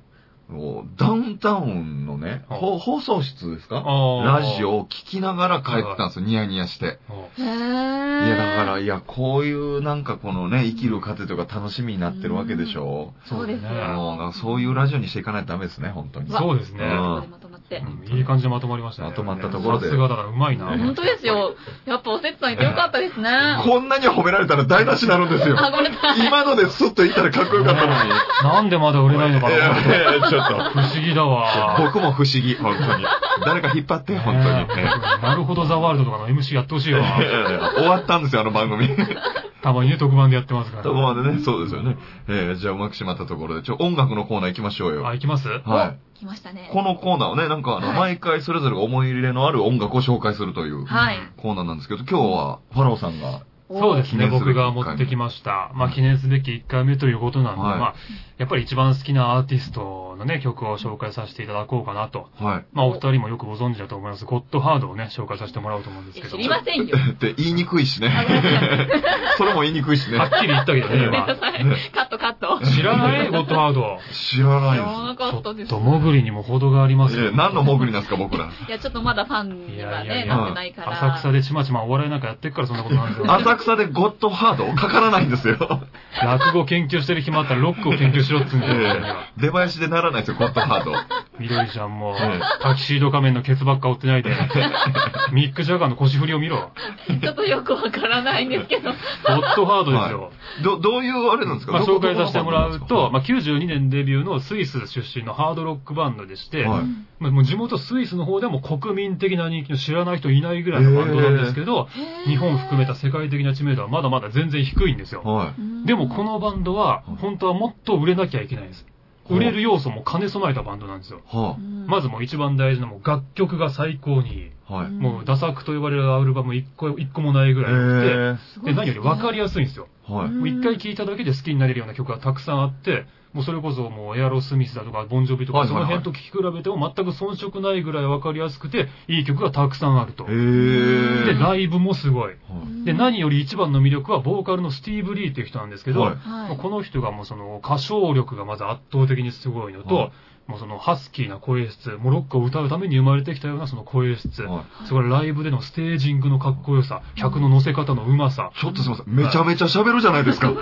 もうダウンタウンのね、あほ放送室ですかあーラジオを聞きながら帰ってたんですよ、ニヤニヤして。うんへいえ。や、だから、いや、こういうなんかこのね、生きる糧とか楽しみになってるわけでしょそうですうんあのよ。そういうラジオにしていかないとダメですね、本当に。わそうですね。うんここでまとまっして。うんいい感じでまとまりましたね。まとまったところでさすがだからうまいな。本当ですよ。やっぱおせつさんいてよかったですね。あ、こんなに褒められたら台無しになるんですよ。 [laughs] ごめんなさい。今のでスッと言ったらかっこよかっ [laughs] たのに。 [laughs] なんでまだ売れないのかいやな。いやちょっ不思議だと。わ。僕も不思議、本当に。誰か引っ張って、本当に。ねえなるほどザワールドとかの MC やってほしいわ。 [laughs] いやいや終わったんですよ、あの番組。たまにね、特番でやってますから。どこまでね、そうですよね。えーじゃあうまくしまったところで、ちょ、音楽のコーナー行きましょうよ。あ、行きますはお来ましたねい。。このコーナーをね、なんかあの、はい毎回それぞれが思い入れのある音楽を紹介するというはい。コーナーなんですけど、今日は、ファローさんが、そうですね、記念すべ僕きが持ってきました。まあ、記念すべき1回目ということなんで、はいまあ、やっぱり一番好きなアーティストのね、曲を紹介させていただこうかなと。はい。まあ、お二人もよくご存知だと思います。ゴッドハードをね、紹介させてもらおうと思うんですいけやど。知りませ [laughs] んよ。って言いにくいしあごめんなさね。 [laughs] それも言いにくいしねは。っきり言ったけどね、ごめんな [laughs] 今。さい。カットカット。知らないゴッドハード。知ら知ないですらなかったです。と、もぐりにも程がありますいやよ。何のモグリなんですか、僕ら。いや、ちょっとまだファンにやはいいやね、いやなってないから。浅草でちまちまお笑いなんかやってっからそんなことなんですよ。浅草でゴッドハードかからないんですよ。落語研究してる暇あったらロックを研究しろっつうんだよ俺には。 [laughs] ええ出囃子でならないですよ、ゴッドハード。緑ちゃんもええ、タキシード仮面のケツばっか追って [laughs] ないで、ミック・ジャガーの腰振りを見ろ。ちょっとよくわからないんですけど。ゴッドハードですよ。ど、どういうあれなんですかまあ、ど紹こ介させてもらう、どことまあ、92年デビューのスイス出身のハードロックバンドでして、はいまあ、もう地元スイスの方でも国民的な人気の知らない人いないぐらいのバンドなんですけど、日本含めた世界的な知名度はまだまだ全然低いんですよ。はい。うんでもこ、のバンドはうん、本当はもっと売れなきゃいけないんです。うん売れる要素も兼ね備えたバンドなんですよ。はまずもう一番大事なのもう楽曲が最高にいい。あ、はい。もうダサくと呼ばれるアルバム一個一個もないぐらい良くて、えで、何より分かりやすいんですよ。えはい。もう一回聴いただけで好きになれるような曲がたくさんあって、もうそれこそもうエアロスミスだとか、ボンジョビとはか、いはそいはいの辺と聴き比べても全く遜色ないぐらい分かりやすくて、いい曲がたくさんあると。ええで、ライブもすごい。はいで、何より一番の魅力は、ボーカルのスティーブ・リーっていう人なんですけど、はいはもういこの人がもうその歌唱力がまず圧倒的にすごいのと、はいもうそのハスキーな声質、モロッコを歌うために生まれてきたようなその声質、はいそれからライブでのステージングのかっこよさ、客の乗せ方のうまさ、ちょっとすいません。めちゃめちゃ喋るじゃないですか。い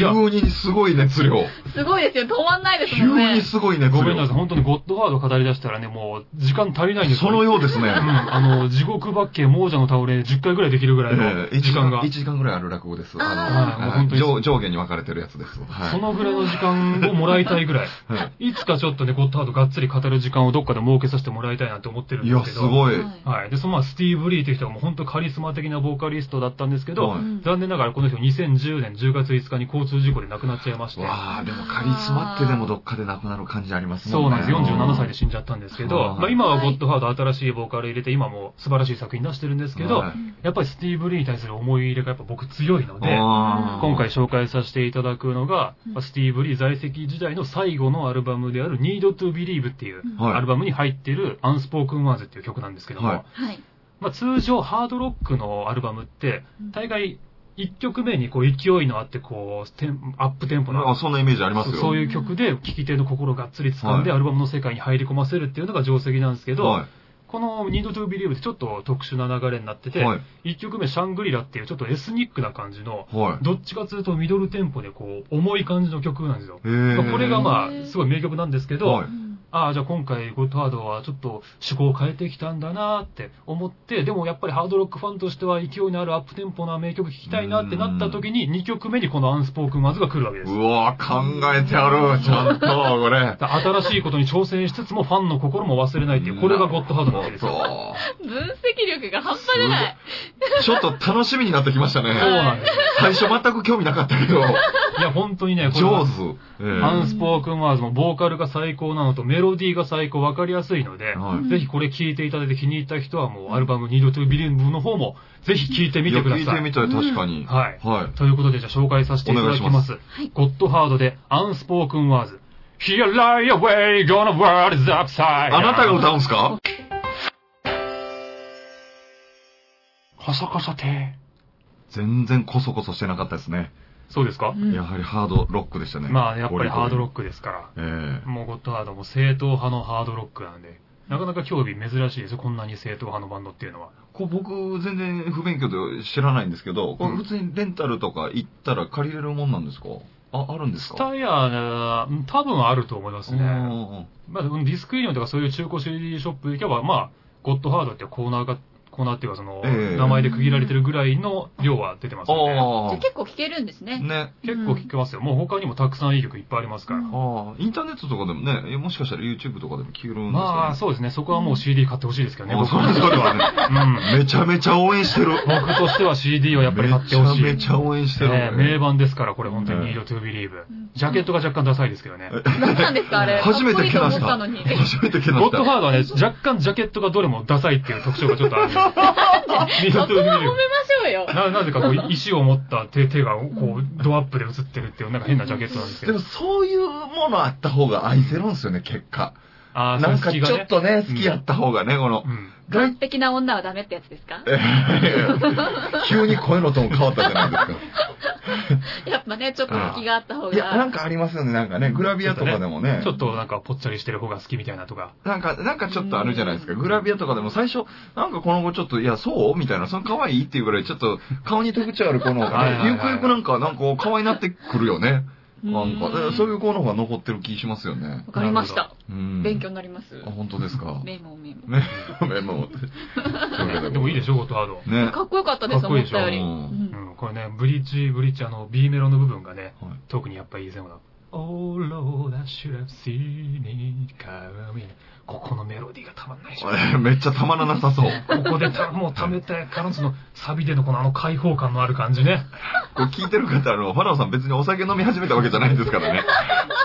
や急にすごい熱量。すごいですよ。止まんないです急もんねに。すごい熱量。ごめんなさい、本当にゴッドハード語り出したらね、もう時間足りないんですそのようですね。うん、あの、地獄バッケ、亡者の倒れ、10回ぐらいできるぐらいのええ時間が、 1時間ぐらいある落語です。あーのもう本当に上上下に分かれてるやつです。はいそのぐらいの時間をもらいたいぐらい。はいつかちょっとね、ゴッドハードがっつり語る時間をどっかで設けさせてもらいたいなって思ってるんい。いですや、けすど。ごい。ははい。で、そのまあ、スティーブ・リーという人がもう本当カリスマ的なボーカリストだったんですけど、はい残念ながらこの人2010年10月5日に交通事故で亡くなっちゃいまして、わあ、でもカリスマってでもどっかでなくなる感じありますそうもんなんね。です。47歳で死んじゃったんですけど、はいまあ今はゴッドハード新しいボーカル入れて、今も素晴らしい作品出してるんですけど、はいやっぱりスティーブ・リーに対する思い入れがやっぱ僕強いので、あー今回紹介させていただくのが、うんまあスティーブ・リー在籍時代の最後のアルバムである Need to Believe っていうはいアルバムに入ってる Unspoken Words っていう曲なんですけども、はいはい。まあ、通常ハードロックのアルバムって、大概1曲目にこう勢いのあってこうテン、アップテンポなんかな、そんなイメージありますそうよ。そういう曲で聴き手の心をがっつり掴んではアルバムの世界に入り込ませるっていうのが定石なんですけど、はこの Need to Believe ってちょっと特殊な流れになってい。て、はい。 1曲目シャングリラっていうちょっとエスニックな感じの、はい。どっちかというとミドルテンポでこう、重い感じの曲なんですよ。えーまあこれがまあ、すごい名曲なんですけど、はいああ、じゃあ今回ゴッドハードはちょっと趣向を変えてきたんだなーって思って、でもやっぱりハードロックファンとしては勢いのあるアップテンポな名曲聴きたいなってなった時に2曲目にこのアンスポークンマズが来るわけですう。わぁ、考えて [laughs] ある、ちゃんと、これ。だから新しいことに挑戦しつつもファンの心も忘れないっていう、これがゴッドハードなわけですよ。そ分析力が半端じゃない。うちょっと楽しみになってきましたそうね。なんですよ。最初全く興味なかったけど、いや、本当にね、これは上手。ええアンスポークンマーズもボーカルが最高なのとメロディーが最高わかりやすいので、はいぜひこれ聴いていただいて気に入った人はもうアルバム Need to Believe の方もぜひ聴いてみてくだいやさ聞いてい。みたい、確かに。はい。はい。ということで、じゃあ紹介させていただきます。おはいゴッドハードで、アンスポークンワーズ。Here lie away, gonna world is upside. あなたが歌うんすかこそこそて。全然コソコソしてなかったですね。そうですか、やはりハードロックでしたね。まあ、やっぱりハードロック。ックですかえら。もうゴッドハードも正統派のハードロックなんで、なかなか興味珍しいですよ、こんなに正統派のバンドっていうのは。えこう僕、全然不勉強で知らないんですけど、これ普通にレンタルとか行ったら借りれるもんなんですかあ、あるんですスかタイヤーうん多分あると思いますね。ね。まあ、ディスクユニオンとかそういう中古 CD ショップ行けば、まあ、ゴッドハードってコーナーが、コーナーっていうかその、ええ名前で区切られてるぐらいの量は出てますよね。じゃああ結構聞けるんですあ。ね。ね。結構聞けますよ。もう他にもたくさんいい曲いっぱいありますから。うんああ、インターネットとかでもね、えもしかしたら YouTube とかでも聞けるんですまあ、かそうですね。そこはもう CD 買ってほしいですけどね。ね、あ僕そうですそうですそうですうん。めちゃめちゃ応援してる。僕としては CD をやっぱり買ってほしい。めちゃめちゃ応援してる。ね名盤ですから、これ本当に Need to Believe う。んジャケットが若干ダサいですけどね。何なんですかあれ。 [laughs] 初めて聞きましたかっこいいと思ったのに。 [laughs] 初めて聞いた。ゴッドハードはね、若干ジャケットがどれもダサいっていう特徴がちょっと [laughs] あるんで。Need そ to こは褒めまし Believe ょうよ。ななぜかこ [laughs] う石を持った手手がこうドアップで映ってるっていうなんか変なジャケットなんですけでども。そういうものあった方が愛せるんですよね、結果。あーなんそかちの隙がょっねとね、好きやった方がね、このう、ん。外完璧な女はダメってやつですか急に声のトーン変わったじゃないですか。やっぱね、ちょっと隙があった方いや、なが。ん。かありますよね、なんかね、グラビアとかでもねち、ょっとなんかぽっちゃりしてる方が好きみたいなとか。なんか、なんかちょっとあるじゃないですか、グラビアとかでも最初、なんかこの子ちょっと、いや、そうみたいな、その可愛いっていうぐらい、ちょっと顔に特徴ある子の方がはいはいはね、いゆくゆくなんか、なんか可愛いなってくるよね。なんか、えそういうう子の方が残ってる気しますよね。わかりました。うん。勉強になります。あ、本当ですか。メモメモ。ね、メモ。でもいいでしょ、ゴッドハード。ょ。ね。かっこよかったです、かっこい思いっでしょたより。ううんうんん、これね、ブリッジ、ブリッジ、あの、B メロの部分がね、はい特にやっぱいいですね、この。Oh Lord, I should have seen it coming. ここのメロディーがたまんないでしょ。え [laughs] めっちゃたまらなさそう。ここでたもうためた彼女のサビでのこのあの開放感のある感じね。これ聞いてる方、あの、ファラオさん別にお酒飲み始めたわけじゃないですからね。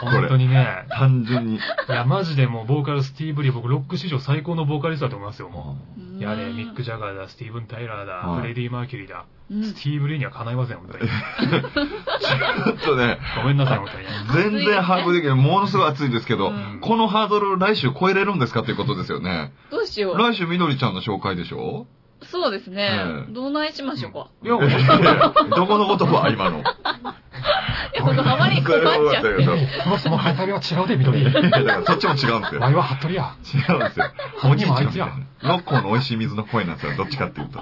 こ本れ当にね。単純 [laughs] に。いや、マジでもうボーカルスティーブ・リー、僕ロック史上最高のボーカリストだと思いますよ、もう。いやね、ミック・ジャガーだ、スティーブン・タイラーだ、はいフレディ・マーキュリーだ、うんスティーブ・リーにはかないません、本当に。ちょっとね、ごめんなさい、本当に。全然把握できない。ものすごい暑いですけど、うんこのハードル来週超えれるんですかっていうことですよね。どうしよう。来週みどりちゃんの紹介でしょそうですねう。んどうないしましょうか。いや、いやいやどこの言葉今の。 [laughs] いや、ほんと、あまり困っちゃっそれて。は分かったけどそのその配りは違うで、緑。いやだからそっちも違うんですよ。ワイは服部や。違うんですよ。おおじじいいちちゃゃんんみみたいたないな。ノッコーの美味しい水の声なんですよ。どっちかっていうと。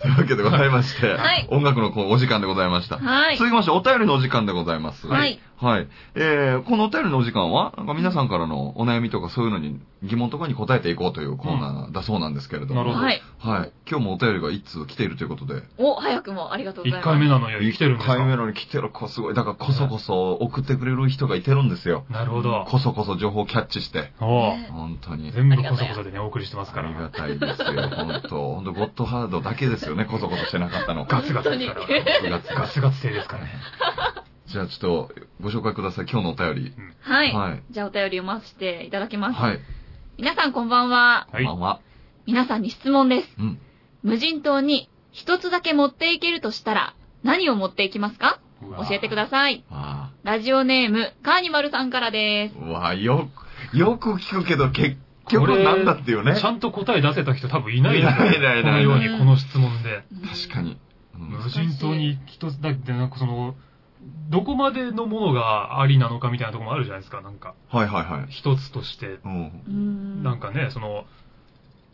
というわけでございまして、はい音楽のこうお時間でございました。はい。続きまして、お便りのお時間でございます。はい。はい。えー、このお便りのお時間は、なんか皆さんからのお悩みとかそういうのに疑問とかに答えていこうというコーナーだそうなんですけれども。なるほどはい。はい。今日もお便りが一通来ているということで。お、早くもありがとうござ一います。回目なのよ、生きてるんです1回目かなのに来てる子すごい。だからこそこそ送ってくれる人がいてるんですよ。なるほど。こそこそ情報をキャッチして。おうね本当に。全部こそこそでね、お送りしてますかありがら。たいで [laughs] すよ、本当。本当ゴッドハードだけですよね、こそこそしてなかったの。ガツガツですか本ら。ガツガガツツガツ性ですからね。じゃあちょっと、ご紹介ください、今日のお便り。はい。はいじゃあお便り読ませていただきます。はい。皆さんこんばんは。はいこんばんは。皆さんに質問です。うん。無人島に一つだけ持っていけるとしたら、何を持っていきますか教えてくさださい。あラジオネーム、カーニバルさんからですあ。。うわあ、よく、よく聞くけど、結局なんだっていうね。ちゃんと答え出せた人多分いないですよいないいないいこのないように、この質問で。確かに。うん無人島に一つだけで、なんかその、どこまでのものがありなのかみたいなところもあるじゃないですか、なんか。はいはいはい。一つとして、うん。うーん。なんかね、その、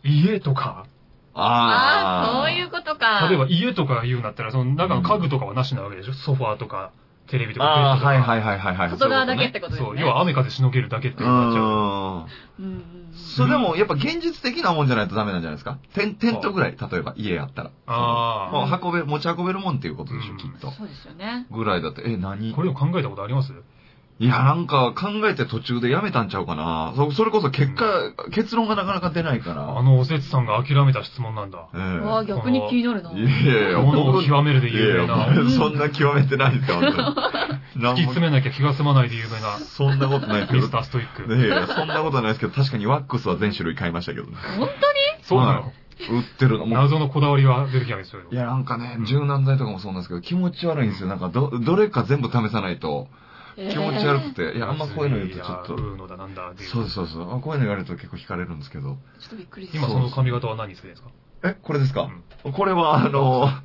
家とか、ああ、そういうこことか。例えば家とか言うんだったら、その中の家具とかはなしなわけでしょ、ソファーとか、テレビとか、ああ、ベはいッドとかはいはいはいはい。外側だけっそういうてことですね。そう、要は雨風しのげるだけってこいうなっちゃう。とね。うんうん。うん。それでも、やっぱ現実的なもんじゃないとダメなんじゃないですかテンテントぐらい、例えば家やったら。あもう運べ、持ち運べるもんっていうことでしうょ、んきっと。そうですよね。ぐらいだって、え、何あ、これを考えたことありますいや、なんか考えて途中でやめたんちゃうかな。そそれこそ結果、結論がなかなか出ないかあら。のおせつさんが諦めた質問なんだ。うわあ、え逆に気になるな。えいやいやいや、物を極めるでいや有名いな、や、そんな極めてないですよ、本 [laughs] 当に。突き詰めなきゃ気が済まないで有名な、そんなことないですけミスタど。ーストイック。いやいや、そんなことはないですけど、確かにワックスは全種類買いましたけどね。本そうなの、は売ってるのも。謎のこだわりは出てきたんですよ。いや、なんかね、柔軟剤とかもそうなんですけど、気持ち悪いんですよ。なんか、ど、どれか全部試さないと、当に気持ち悪くて。いや、あんまこういうの言うとちょっブと。ーのだなんだっていうそうです、そうです。あこういうの言われると結構惹かれるんですけど。えーちょっとびっくりし今た。その髪型は何するんですかえ、これですか、これは、あの、あ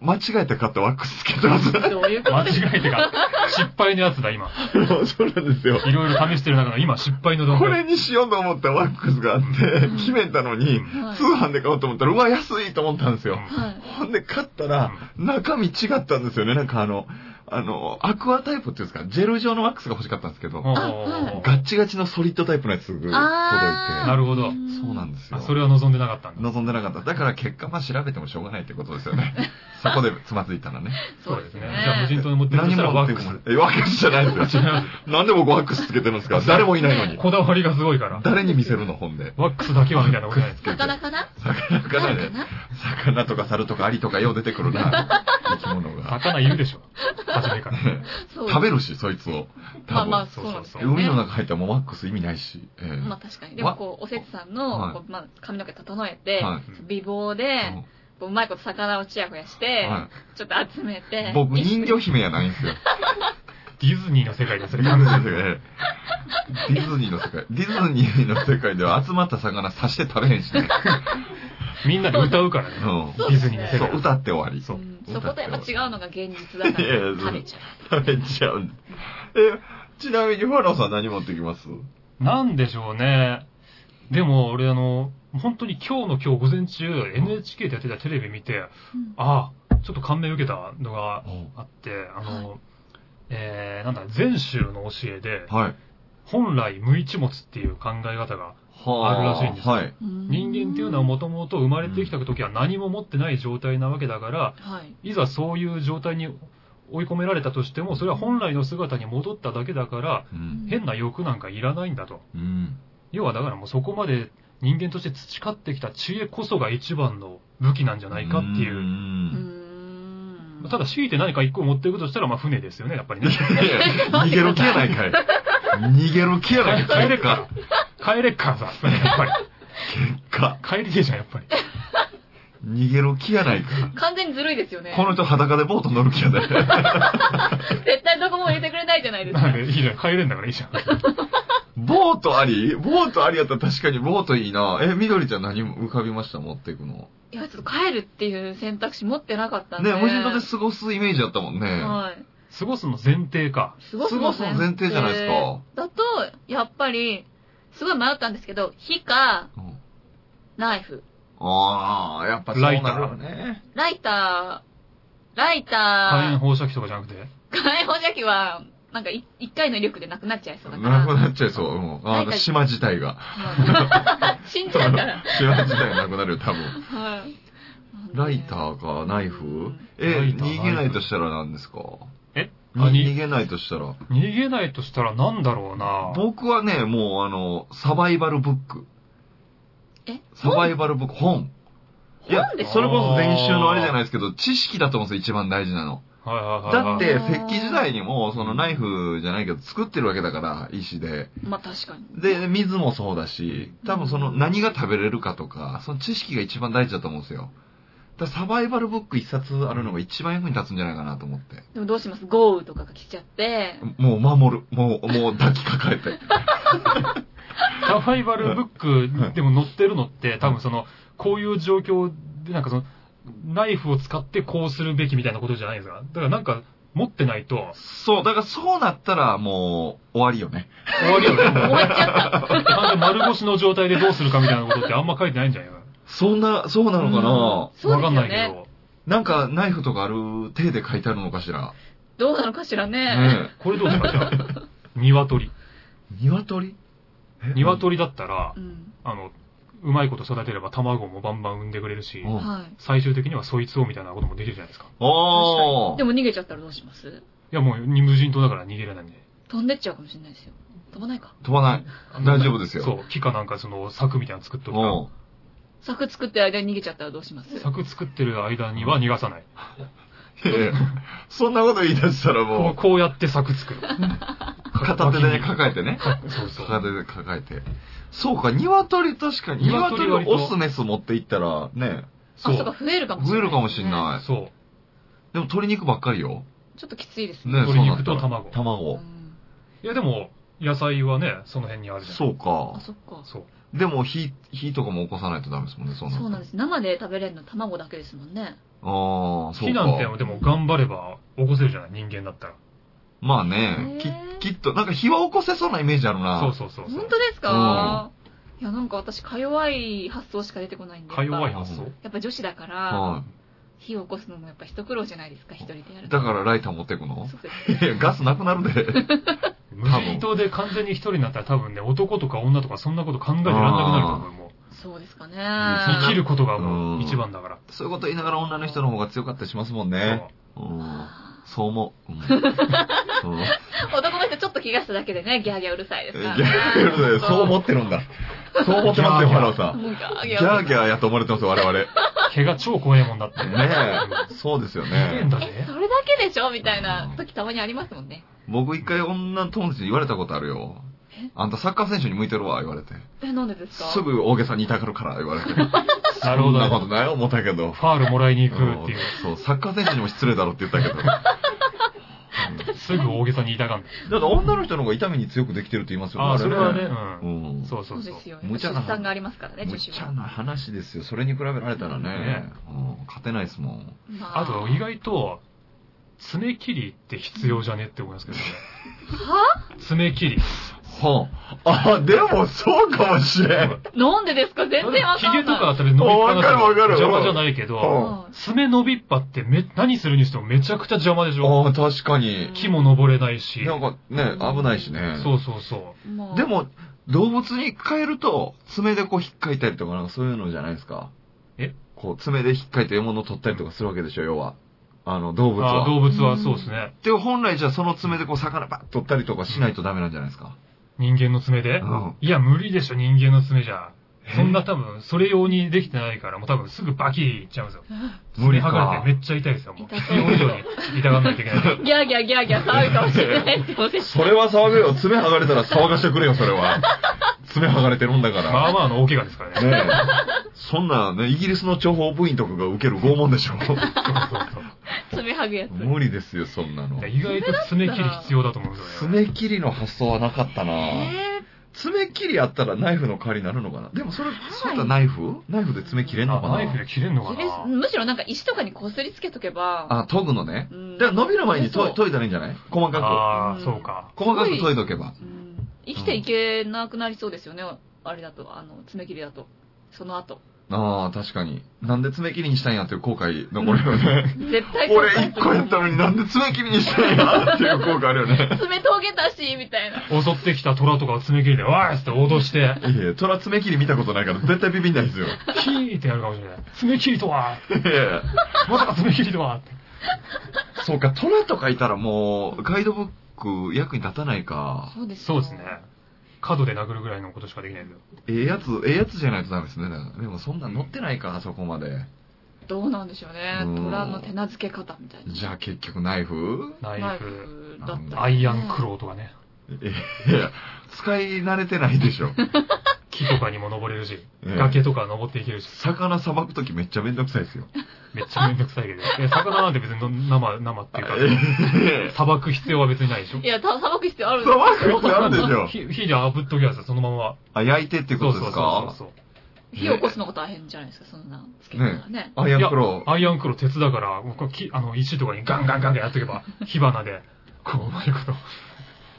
間違えて買ったワックスつけてます。どうい [laughs] うこ間と違ですかえてか。失敗のやつだ、今。そうなんですよ。いろいろ試してる中の今、失敗の [laughs] こ段れ階。にしようと思ったワックスがあってうん、決めたのに、はい通販で買おうと思ったら、うわ、安いと思ったんですよ。うんはい。ほんで、買ったら、中身違ったんですよね。なんかあの、あの、アクアタイプっていうんですか、ジェル状のワックスが欲しかったんですけど、あはいガッチガチのソリッドタイプのやつが届いて、あーなるほどそうなんですよ。それは望んでなかったんだ。望んでなかった。だから結果、まあ調べてもしょうがないってことですよ [laughs] ね。そこでつまずいたらね。そうですね。じゃあ無人島に持ってると何したらもワワッッククスス。。え、ワックスじゃないですよ。なんで僕ワックスつけてるんですか誰もいないのに。 [laughs] こだわりがすごいから。誰に見せるの、本で。ワックスだけはみたいなことじゃないですか。魚かな魚から猿かね。な魚とか猿とかアリとかよう出てくるな。生き物 [laughs] が。魚いるでしょ。初めから。そう食べるし、そいつを。まあまあ、そそううそうなんですよ、ね。海の中入ったらもうワックス意味ないし。ええまあ確かに。でもこう、おせつさんの、はいこうまあ、髪の毛整えて、はい美貌で、こううまいこと魚をチヤホヤして、はちょっと集めてい。。僕、人魚姫やないんで [laughs] すよ。ディズニーの世界ですデね、ィ完全に。ズニーの世界。ディズニーの世界。ディズニーの世界では集まった魚刺して食べへんしね。みんなで歌うからね。うん。そデうでィすズねニーの世そう、界。歌って終わり。そううんそことやっぱ違うのが現実だかいやいら、や食べちゃう。食べちゃうんえ、ちなみにファローさん何持ってきますなんでしょうね。でも、俺あの、本当に今日の今日午前中、NHK でやってたテレビ見て、うんああ、ちょっと感銘受けたのがはあって、あの、えー、なんだ、禅宗の教えで、い。本来無一物っていう考え方が、はあるらしいんですよはい。人間っていうのはもともと生まれてきた時は何も持ってない状態なわけだから、はい。いざそういう状態に追い込められたとしても、それは本来の姿に戻っただけだから、うん。変な欲なんかいらないんだと。うん。。要はだからもうそこまで人間として培ってきた知恵こそが一番の武器なんじゃないかっていうう。うんんただ強いて何か一個持っていくとしたら、まあ船ですよね、やっぱりね。いやいや逃げる気やな [laughs] いかい。逃げる気やないかい。帰れっ結か果。。帰れっか、さすがにやっぱ [laughs] り。結果。帰りてえじゃん、やっぱり。逃げる気やないか。完全にずるいですよね。この人裸でボート乗る気やない絶対どこも入れてくれないじゃないですなかん。で、いいじゃん、帰れんだからいいじゃん。 [laughs] ボートありボートありやったら確かにボートいいな。え、緑ちゃん何浮かびました持っていくの。いや、ちょっと帰るっていう選択肢持ってなかったんで。ね、無人島で過ごすイメージだったもんね。はい。過ごすの前提か。過ごす過ごすの前提じゃないですか。だと、やっぱり、すごい迷ったんですけど、火か、うんナイフ。ああ、やっぱそうなるね。ライター、ライ火炎ター、放射器とかじゃなくて。火炎放射器は、なんかい一回の威力でなくなっちゃいそうだかならく。なっちゃいそう。うん、あなんーか島自体が。はい [laughs] 死んじゃうから。島自体がなくなるよ、多分。はい。ライターか、ナイフラえイ、ター逃げないとしたら何ですかえにあに逃げないとしたら。逃げないとしたらなんだろうな僕はね、もうあの、サバイバルブック。えサバイバルブック、本。いや本です、かそれこそ練習のあれじゃないですけど、知識だと思うんですよ、一番大事なの。はいはいはいだはっい。て、石器時代にも、そのナイフじゃないけど、作ってるわけだから、石で。まあ確かに。で、水もそうだし、多分その何が食べれるかとか、その知識が一番大事だと思うんですよ。だからサバイバルブック一冊あるのが一番役に立つんじゃないかなと思って。でもどうします豪雨とかが来ちゃ [laughs] って、もう守る。もう、もう抱きかかえ [laughs] て。サバイバルブックでも載ってるのって、多分その、こういう状況で、なんかその、ナイフを使ってこうするべきみたいなことじゃないですか。だからなんか、持ってないと、そう、だからそうなったらもう終わりよね。終わりよね。もう終わっちゃった。完全丸腰の状態でどうするかみたいなことってあんま書いてないんじゃないかそんな、そうなのかな、そうわでかすんなよいけね。ど。なんかナイフとかある手で書いてあるのかし [laughs] ら。どうなのかしらね。ねこれどうですかじゃあ、鶏。え。鶏え鶏だったらう、ん。あの、うまいこと育てれば卵もバンバン産んでくれるし、うんはい。最終的にはそいつをみたいなこともできるじゃないですか。ああ。でも逃げちゃったらどうしますいやもう、無人島だから逃げれないんで。飛んでっちゃうかもしれないですよ。飛ばないか。飛ばない。大丈夫ですよそう、木かなんかその柵みたいなの作っとくからうん。柵作ってる間に逃げちゃったらどうします柵作ってる間には逃がさない。いやいやそんなこと言い出したらこもうこうやって柵作る。う、片手で抱えてね。そうそ片手う。で抱えて。そうか、鶏確かに。鶏鶏割とをオスメス持っていったら、ね、そあ、そうう。か、増えるかもしれない。増えるかもしんない。そう。でも鶏肉ばっかりよ。ちょっときついですね。ね、鶏肉そうなったらと卵う卵。んいやでも、野菜はね、その辺にあるじゃん。そうあ、か。そっか。そう。でも火、火とかも起こさないとダメですもんね、そうなそうなんです。です。生で食べれるの卵だけですもんね。ああ、そう火か。なんてでも頑張れば起こせるじゃない、人間だったら。まあね、へーき、きっと、なんか火は起こせそうなイメージあるな。そうそうそうそう本。当ですかいや、なんか私、か弱い発想しか出てこないんで。か弱いやっぱ発想。やっぱ女子だから、は火を起こすのもやっぱ一苦労じゃないですか、一人でやるの。だからライター持ってくのそうです。いや [laughs] ガスなくなるで。無人島で完全に一人になったら多分ね、男とか女とかそんなこと考えてらんなくなると思うよ。もうそうですかね。ん生きることがもうんう一番だから。そういうこと言いながら女の人の方が強かったりしますもんね。うんあそう思う。うん [laughs] うんー男の人ちょっと気がしただけでね、ギャーギャーうるさいですからね。そう思ってるんだ。そう思ってますよ、ギャーギャー原田さん。もうギャーギギャャーうーるギャーやと思われてますよ、我々。毛が超怖いもんだって。ねえ。そうですよええんね。ださい。え、ぜそ。れだけでしょみたいな時たまにありますもんね。僕一回女の友達に言われたことあるよえ。あんたサッカー選手に向いてるわ、言われて。え、なんでですかすぐ大げさに痛がるから、言われて。なるほそんなことど。ない思ったけど。ファールもらい [laughs] に行くっていう。そう、サッカー選手にも失礼だろって [laughs] 言ったけど。うんすぐ大げさに痛がん。だって女の人の方が痛みに強くできてるって言いますよああ、それれはね、ううんん。。そうそそううそうで。すよ。無出茶な産がありますからね、む女ち子ゃは。な話ですよ。それに比べられたらねね、うん勝てないですもん。まあと、意外と、爪切りって必要じゃねって思いますけどね。は爪切り。はあ、あ、でもそうかもし [laughs] れん。なんでですか全然わかんない。髭とかあったら伸びっぱなしだわかるわかる邪魔じゃないけうど、んうん爪伸びっぱってめ、何するにしてもめちゃくちゃ邪魔でしょああ、確かに。木も登れないし。なんかね、危ないしね。そうそうそまあで、も、動物に変えると、爪でこう引っかいたりとか、なんかそういうのじゃないですか。えこう、爪で引っかいて獲物を取ったりとかするわけでしょ、要は。あの、動う。物あはあ。動物はそうですね。で、本来じゃあその爪でこう、魚バッと取ったりとかしないとダメなんじゃないですか。人間の爪でうんいや、無理でしょ、人間の爪じゃ。そんな多分、それ用にできてないから、もう多分すぐバキーいっちゃうんですよ。無理爪剥がれかて。めっちゃ痛いですよ、もう。痛必そう要以上に痛がんないといけない。ギャーギャーギャーギャー騒ぐかもしれないってことでしょそれは騒ぐよ。爪剥がれたら騒がしてくれよ、それは。爪剥がれてるんだまから。あまあの大怪我ですからね。ねえ。そんなね、イギリスの諜報部員とかが受ける拷問でしょ。そうそう爪剥ぐやつ。 [laughs] 無理ですよ、そんなのそう。意外と爪切り必要だと思うんですよね。爪切りの発想はなかったなぁえ爪切りあったらナイフの代わりになるのかなでもそれ、そうだナイフナイフで爪切れんのかあナイフでな切れんのかーなむしろなんか石とかにこすりつけとけば、あ、研ぐのねう。んだから伸びる前にそとう研いだらいいんじゃない細かあうあ、んそうか。く。細かく研いどけば。うん生きていけなくなりそうですよね、あれだと、あの、爪切りだと。その後。ああ、確かに。なんで爪切りにしたんやっていう後悔残るよね。絶対俺一個やったのになんで爪切りにしたんやっていう後悔あるよね。爪峠だし、みたいな。襲ってきた虎とかを爪切りで、わーっつって脅して、いやいや、虎爪切り見たことないから絶対ビビんないですよ。キーってやるかもしれない。爪切りとは、いやいやまさか爪切りとはって。そうか、虎とかいたらもう、ガイドブック役に立たないか。そうですそうですね。角で殴るぐらいのことしかできないけど。ええやつ、ええやつじゃないとダメですね。だからでもそんなん乗ってないか、あそこまで。どうなんでしょうね。うん虎の手なずけ方みたいな。じゃあ結局ナイフナイナイフ、フだったらアイアンクローとかね。えいや、使い慣れてないでしょ。木とかにも登れるし、ええ崖とか登っていけるし、魚さばくときめっちゃめんどくさいです [laughs] よ。めっちゃめんどくさい [laughs] けど。え魚なんて別に生、生っていうえか、さばく必要は別にないでしょい。や、たさばく必要あるんさばくってあるで [laughs] しょ。火火で炙っときゃさ、そのまま。あ、焼いてってことですかそうそうそう火を起こすのが大変じゃないですか、そんなつけたらね。アイアンクロそう。アイアンクロー鉄だから、僕は木、あの、石とかにガンガンガンガンやっとけ [laughs] ば、火花で、こう、うまいこと。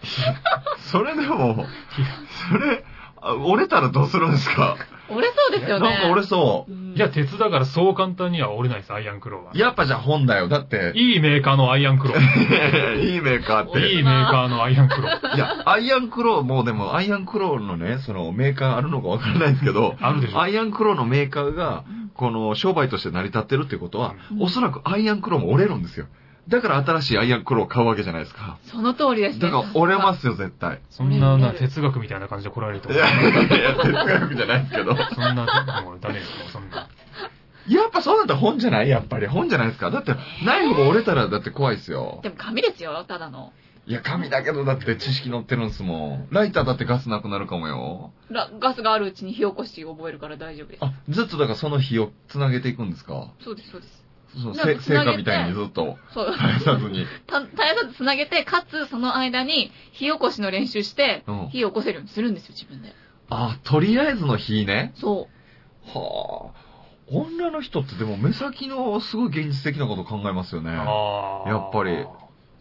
ー。それでも、火がそれ、あ折れたらどうするんですか折れそうですよね。なんか折れそうんいや、鉄だからそう簡単には折れないです、アイアンクローはう。。やっぱじゃあ本だよ。だって、いいメーカーのアイアンクロー。いいメーカーって。いいメーカーのアイアンクロー。いや、アイアンクロー、もうでも、アイアンクローのね、そのメーカーあるのかわからないんですけど、あるでしょアイアンクローのメーカーが、この商売として成り立ってるってことは、うんおそらくアイアンクローも折れるんですよ。だから新しいアイアンクローを買うわけじゃないですか。その通りですね。だから折れますよ、絶対。そんな、な、哲学みたいな感じで来られるとい思う。や、いや、哲学じゃないですけど。そんな、もうダメですよ、そんな。やっぱそうなったら本じゃないやっぱり本じゃないですか。だって、ナイフも折れたらだって怖いですよで。も紙ですよ、ただの。いや、紙だけどだって知識載ってるんですもん。ライターだってガスなくなるかもよ。ラガスがあるうちに火起こし覚えるから大丈夫であ、ずっとだからその火を繋げていくんですかす。そうです、そうです。そう、なんせか成果みたいにずっとそう。返さずに。た絶やさずつなげて、かつその間に火起こしの練習して、うん。火を起こせるようにするんですよ、自分で。あ、とりあえずの日ね。そはあ。女の人ってでも目先のすごい現実的なこと考えますよね。あああ。やっぱりやっ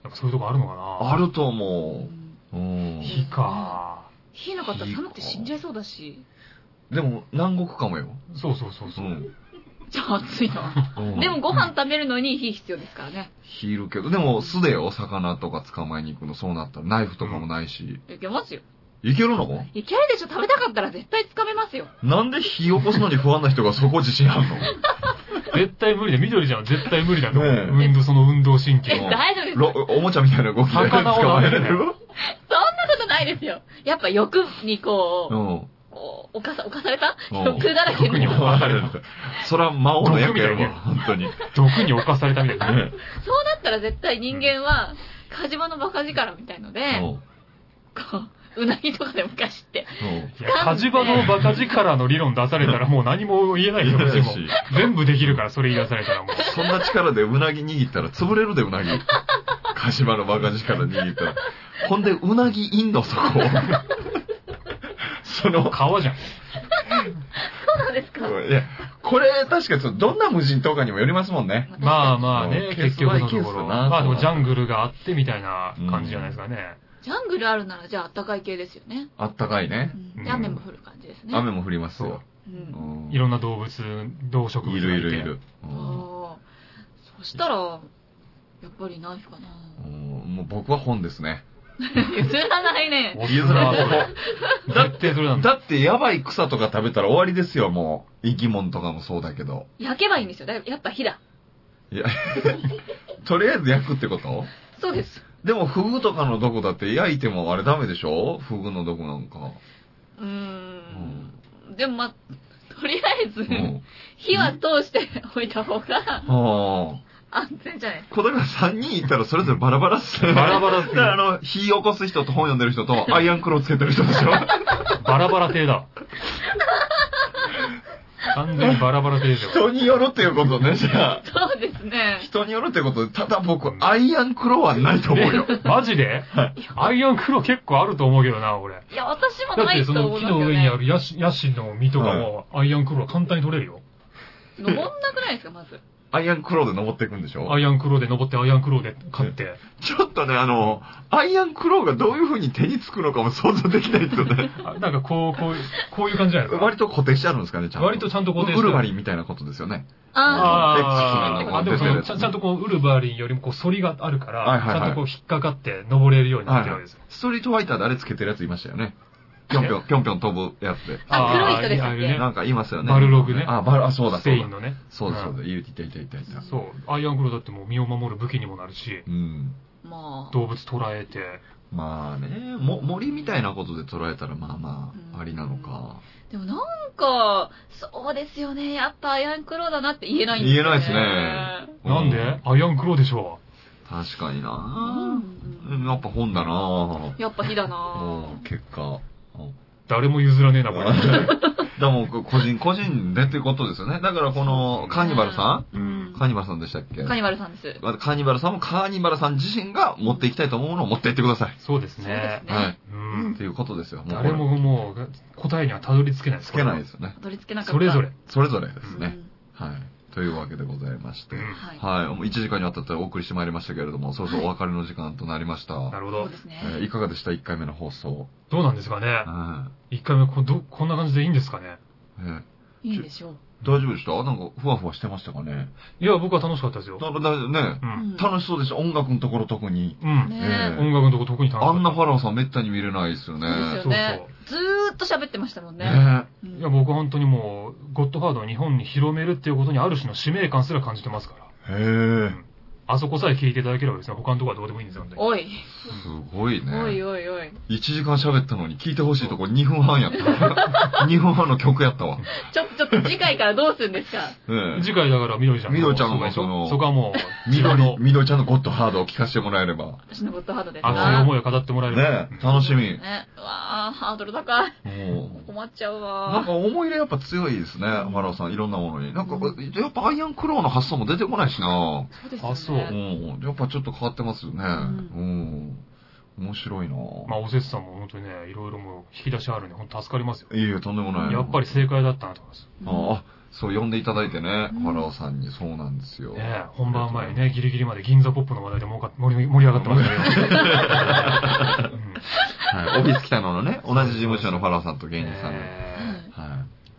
ぱそういうとこあるのかな。るとう。う思んう。うん。火か。火なかったら寒くて死んじゃいそうだし。でも南国かもよ。そうそうそうそうう。ん。ちゃ暑いな。でもご飯食べるのに火必要ですからね。火いるけど、でも素でお魚とか捕まえに行くの、そうなったらナイフとかもないし。いけますよ。いけるのいけるでしょ食べたかったら絶対つかめますよ。なんで火起こすのに不安な人がそこ自 [laughs] 信あんの絶対無理だ。緑じゃん。絶対無理だと。ねえ運動、その運動神え、経は。大丈夫です。そんなろおもちゃみたいな動きで捕魚をまえれ [laughs] ることないですよ。やっぱ欲にこうう、ん。こう、犯さ、犯されたうん欲だらけ欲にに。犯されるそら魔王の役やるわ、毒本当に。ね毒に侵されたみたいな。そうなったら絶対人間は、カジマのバカ力みたいので、うんこう、うなぎとかでも昔って。うんいや、カジバのバカ力の理論出されたらもう何も言えないですよ、うちも。全部できるから、それ言い出されたらもう。そんな力でうなぎ握ったら潰れるで、うなぎ。鹿島のバカ力握ったら。ほんで、うなぎいんの、そこ。その、川じゃん。そうなんですかいや、これ確かにそのどんな無人島かにもよりますもんね。まあまあうんね、ケー結ス局バイのケースだとなころ。まあでもジャングルがあってみたいな感じじゃないですかね。ジャングルあるならじゃああったかい系ですよね。あったかいねう。んうんで雨も降る感じですね。雨も降りますよ。う。うんんいろんな動物、動植物がいいて。るいるいる。うんあーそしたら、やっぱりナイフかな。うんもう僕は本ですね。譲らないね。おすすめはそれだっ絶対それなんだ。だってやばい草とか食べたら終わりですよ、もう。生き物とかもそうだけど。焼けばいいんですよ。だやっぱ火だ。いや、とりあえず焼くってことそうです。でも、フグとかの毒だって焼いてもあれダメでしょフグの毒なんか。うーん。でもまあ、とりあえず、うん。火は通しておいた方が [laughs] ああ。安全じゃないこれが3人いたらそれぞれバラバラっすね。バラバラっすだねからあの、火起こす人と本読んでる人と、アイアンクローつけてる人でしょバラバラ系だ。完全にバラバラ系ですよ。人によるっていうことね、じゃあ。そうですね。人によるってことで、ただ僕、アイアンクローはないと思 [laughs] うよ。マジでアイアンクロー結構あると思うけどな、俺。いや、私もだっなていとその思う木んですよの上にあね。るヤシヤシの実とかも、アイアンクローは簡単に取れるよ。登んなくないですか、まず。アイアンクローで登っていくんでしょアイアンクローで登って、アイアンクローで買って。ちょっとね、あの、アイアンクローがどういう風に手につくのかも想像できないですよ [laughs] ね。あなんかこう、こういう、こういう感じじゃないですか。割と固定してあるんですかね、ちゃんと。割とちゃんと固定してあウるルバリンみたいなことですよね。ああうんあ、あでもその出てるやつちゃんちゃんとこう、ウルバリンよりもこう、反りがあるから、はいはいはいちゃんとこう、引っかかって登れるようになってるわけですよ。ストリートファイターであれつけてるやついましたよね。ぴょんぴょん、ぴょんぴょん飛ぶやつで。あ黒い人でしたああっけいうなね。んかいますよね。バルログねあ、バル、あ、そうだ、スそペうインだ。のね。そうだ、そううだ。いたいたいたいた。そう。アイアンクローだってもう身を守る武器にもなるし、うん。あ、まあ。動物捕らえて、まあね、も、森みたいなことで捉えたらまあまあ、ありなのか。でもなんか、そうですよね。やっぱアイアンクローだなって言えないん言えないですね。うなんでアイアンクローでしょ確かにう。な、うんん、やっぱ本だなやっぱ火だう、なん結果。うん誰も譲らねえな、これ。でも、個人、個人でっていうことですよね。だから、この、カーニバルさうんんカーニバルさんでしたっけカニバルさんです。まあカーニバルさんもカーニバルさん自身が持っていきたいと思うものを持っていってください。そうですそうでねす。ね。はい。うんっ。ていうことですよ。うこれ誰ももう、答えにはたどり着けない。つけないですすよね。取り付けなかった。それぞれ。。それぞれでうすんね。はい。というわけでございまして。うんはい。はい。もう1時間にわたってお送りしてまいりましたけれども、そろそろお別れの時間となりました。なるほそうどで。すね。えーいかがでした ?1 回目の放送。どうなんですかねうん一回目こど、こんな感じでいいんですかねえーいいんでしょう。大丈夫でしたなんか、ふわふわしてましたかねいや、僕は楽しかったですよ。なんかだねう、ん。うん楽しそうでした。音楽のところ特に。うん。ね音楽のとこ特に楽しかあった。んなファラオさんめったに見れないですよね。そうですよね。ずーっと喋ってましたもんね。ねうんいや、僕は本当にもう、ゴッドファードを日本に広めるっていうことにある種の使命感すら感じてますから。え。へえ。あそこさえ聞いていただければ別に他のところはどうでもいいんですよ、本当におい、すごいおいね。おいおい。 1時間喋ったのに聞いてほしいとこ2分半やった。2分 [laughs] 半の曲やったわ。ちょ、ちょっと次回からどうするんですかええ次回だから、みどりちゃんの。みどりちゃんのそうでしょそのそこはもう、み自ど分のり、みどりちゃんのゴッドハードを聞かせてもらえれば。私のゴッドハードです熱いな。思いを語ってもらえる。ねえ楽しみ。ね。うわー、ハードル高い。もう。困っちゃうなんわか思い入れやっぱ強いですね、ファラオさん。いろんなものに。なんか、やっぱアイアンクローの発想も出てこないしなー。そうですあそううよね。ん。やっぱちょっと変わってますよね。うんん。面白いなまあ、おせつさんも本当にね、いろいろもう引き出しあるんで、本当助かりますよ。いえいえ、とんでもない。やっぱり正解だったなと思います。ああ、そう、呼んでいただいてね、うんファラオさんに、そうなんですよ。ねえ本番前にね、ギリギリまで銀座ポップの話題でもうか盛り盛り上がってましたね。うん [laughs] はい、オフィス北野のね、同じ事務所のファラオさんと芸人さんで、ねは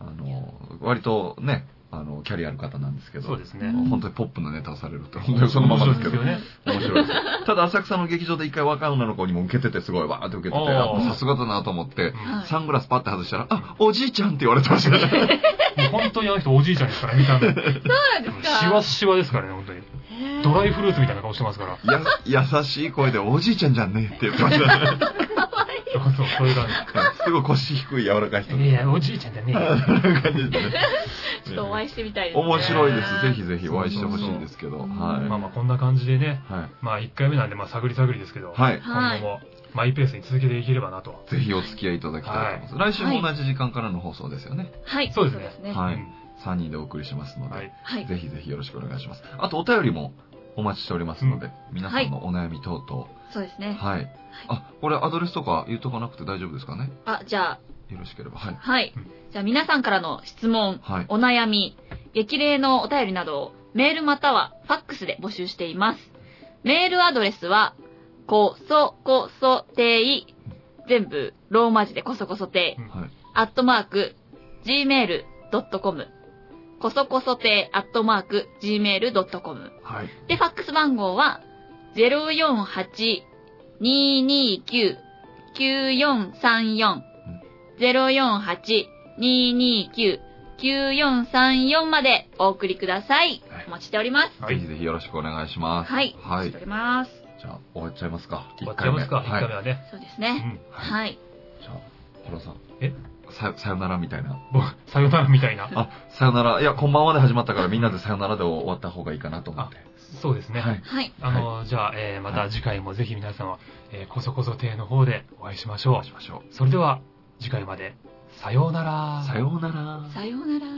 い、あの、割とね、あの、キャリアある方なんですけど、そうですね。うん本当にポップなネタをされるって、本当にそのままですけど、 [laughs] 面白い面白いですよただ、浅草の劇場で一回若い女の子にも受けてて、すごいわーって受けてて、あーあさすがだなと思って、うんはいサングラスパッて外したら、あ、おじいちゃんって言われてましたね。もう本当にあの人おじいちゃんですから、見た目。そうなんですかシワシワですからね、本当に。へードライフルーツみたいな顔してますから。や、優しい声で、おじいちゃんじゃんねって言ってましたね。そうそう、それが。すごい腰低い柔らかい人いでや、おじいちゃんだね。そんな感じですね。ちょっとお会いしてみたいですね。面白いです。ぜひぜひお会いしてほしいんですけど、そうそうそうはい。まあまあ、こんな感じでね、はい。まあ、1回目なんで、まあ、探り探りですけど、はい。今後もマイペースに続けていければなと。ぜひお付き合いいただきたいと思います。来週も同じ時間からの放送ですよね。はい。そうですねはうい。ん3人でお送りしますので、はい。はい。ぜひぜひよろしくお願いします。あとお便りもお待ちしておりますので、皆さんのお悩み等々。そうですね。はい。あ、これアドレスとか言うとかなくて大丈夫ですかねあ、じゃあ、よろしければ。はい。はいうん。じゃあ皆さんからの質問、はい。お悩み、激励のお便りなどをメールまたはファックスで募集しています。メールアドレスは、こそこそてい、全部ローマ字でこそこそてい、はい。アットマーク、gmail.com、こそこそてい、アットマーク、gmail.com。はい。で、ファックス番号は、048-229-9434。048-229-9434までお送りくださいはい。お待ちしております。はぜひい。ぜひよろしくお願いします。はい。おは待ちいしてお。ります。じゃあ終わっちゃいますか。終わっちゃいますか、一回目は1回目。はいね。そうですうね。ん。はい。じゃあ、原さん。えさ、さよならみたいな。僕、さよならみたいな。 [laughs] あ、さよなら。いや、こんばんはで始まったからみんなでさよならで終わった方がいいかなと思って。そうですね。はい。はい。あの、じゃあ、えーまた次回もぜひ皆さんは、えーこそこそ亭の方でお会いしましょしましょう。それでは、次回まで、さようならう。。さようなら。さようなら。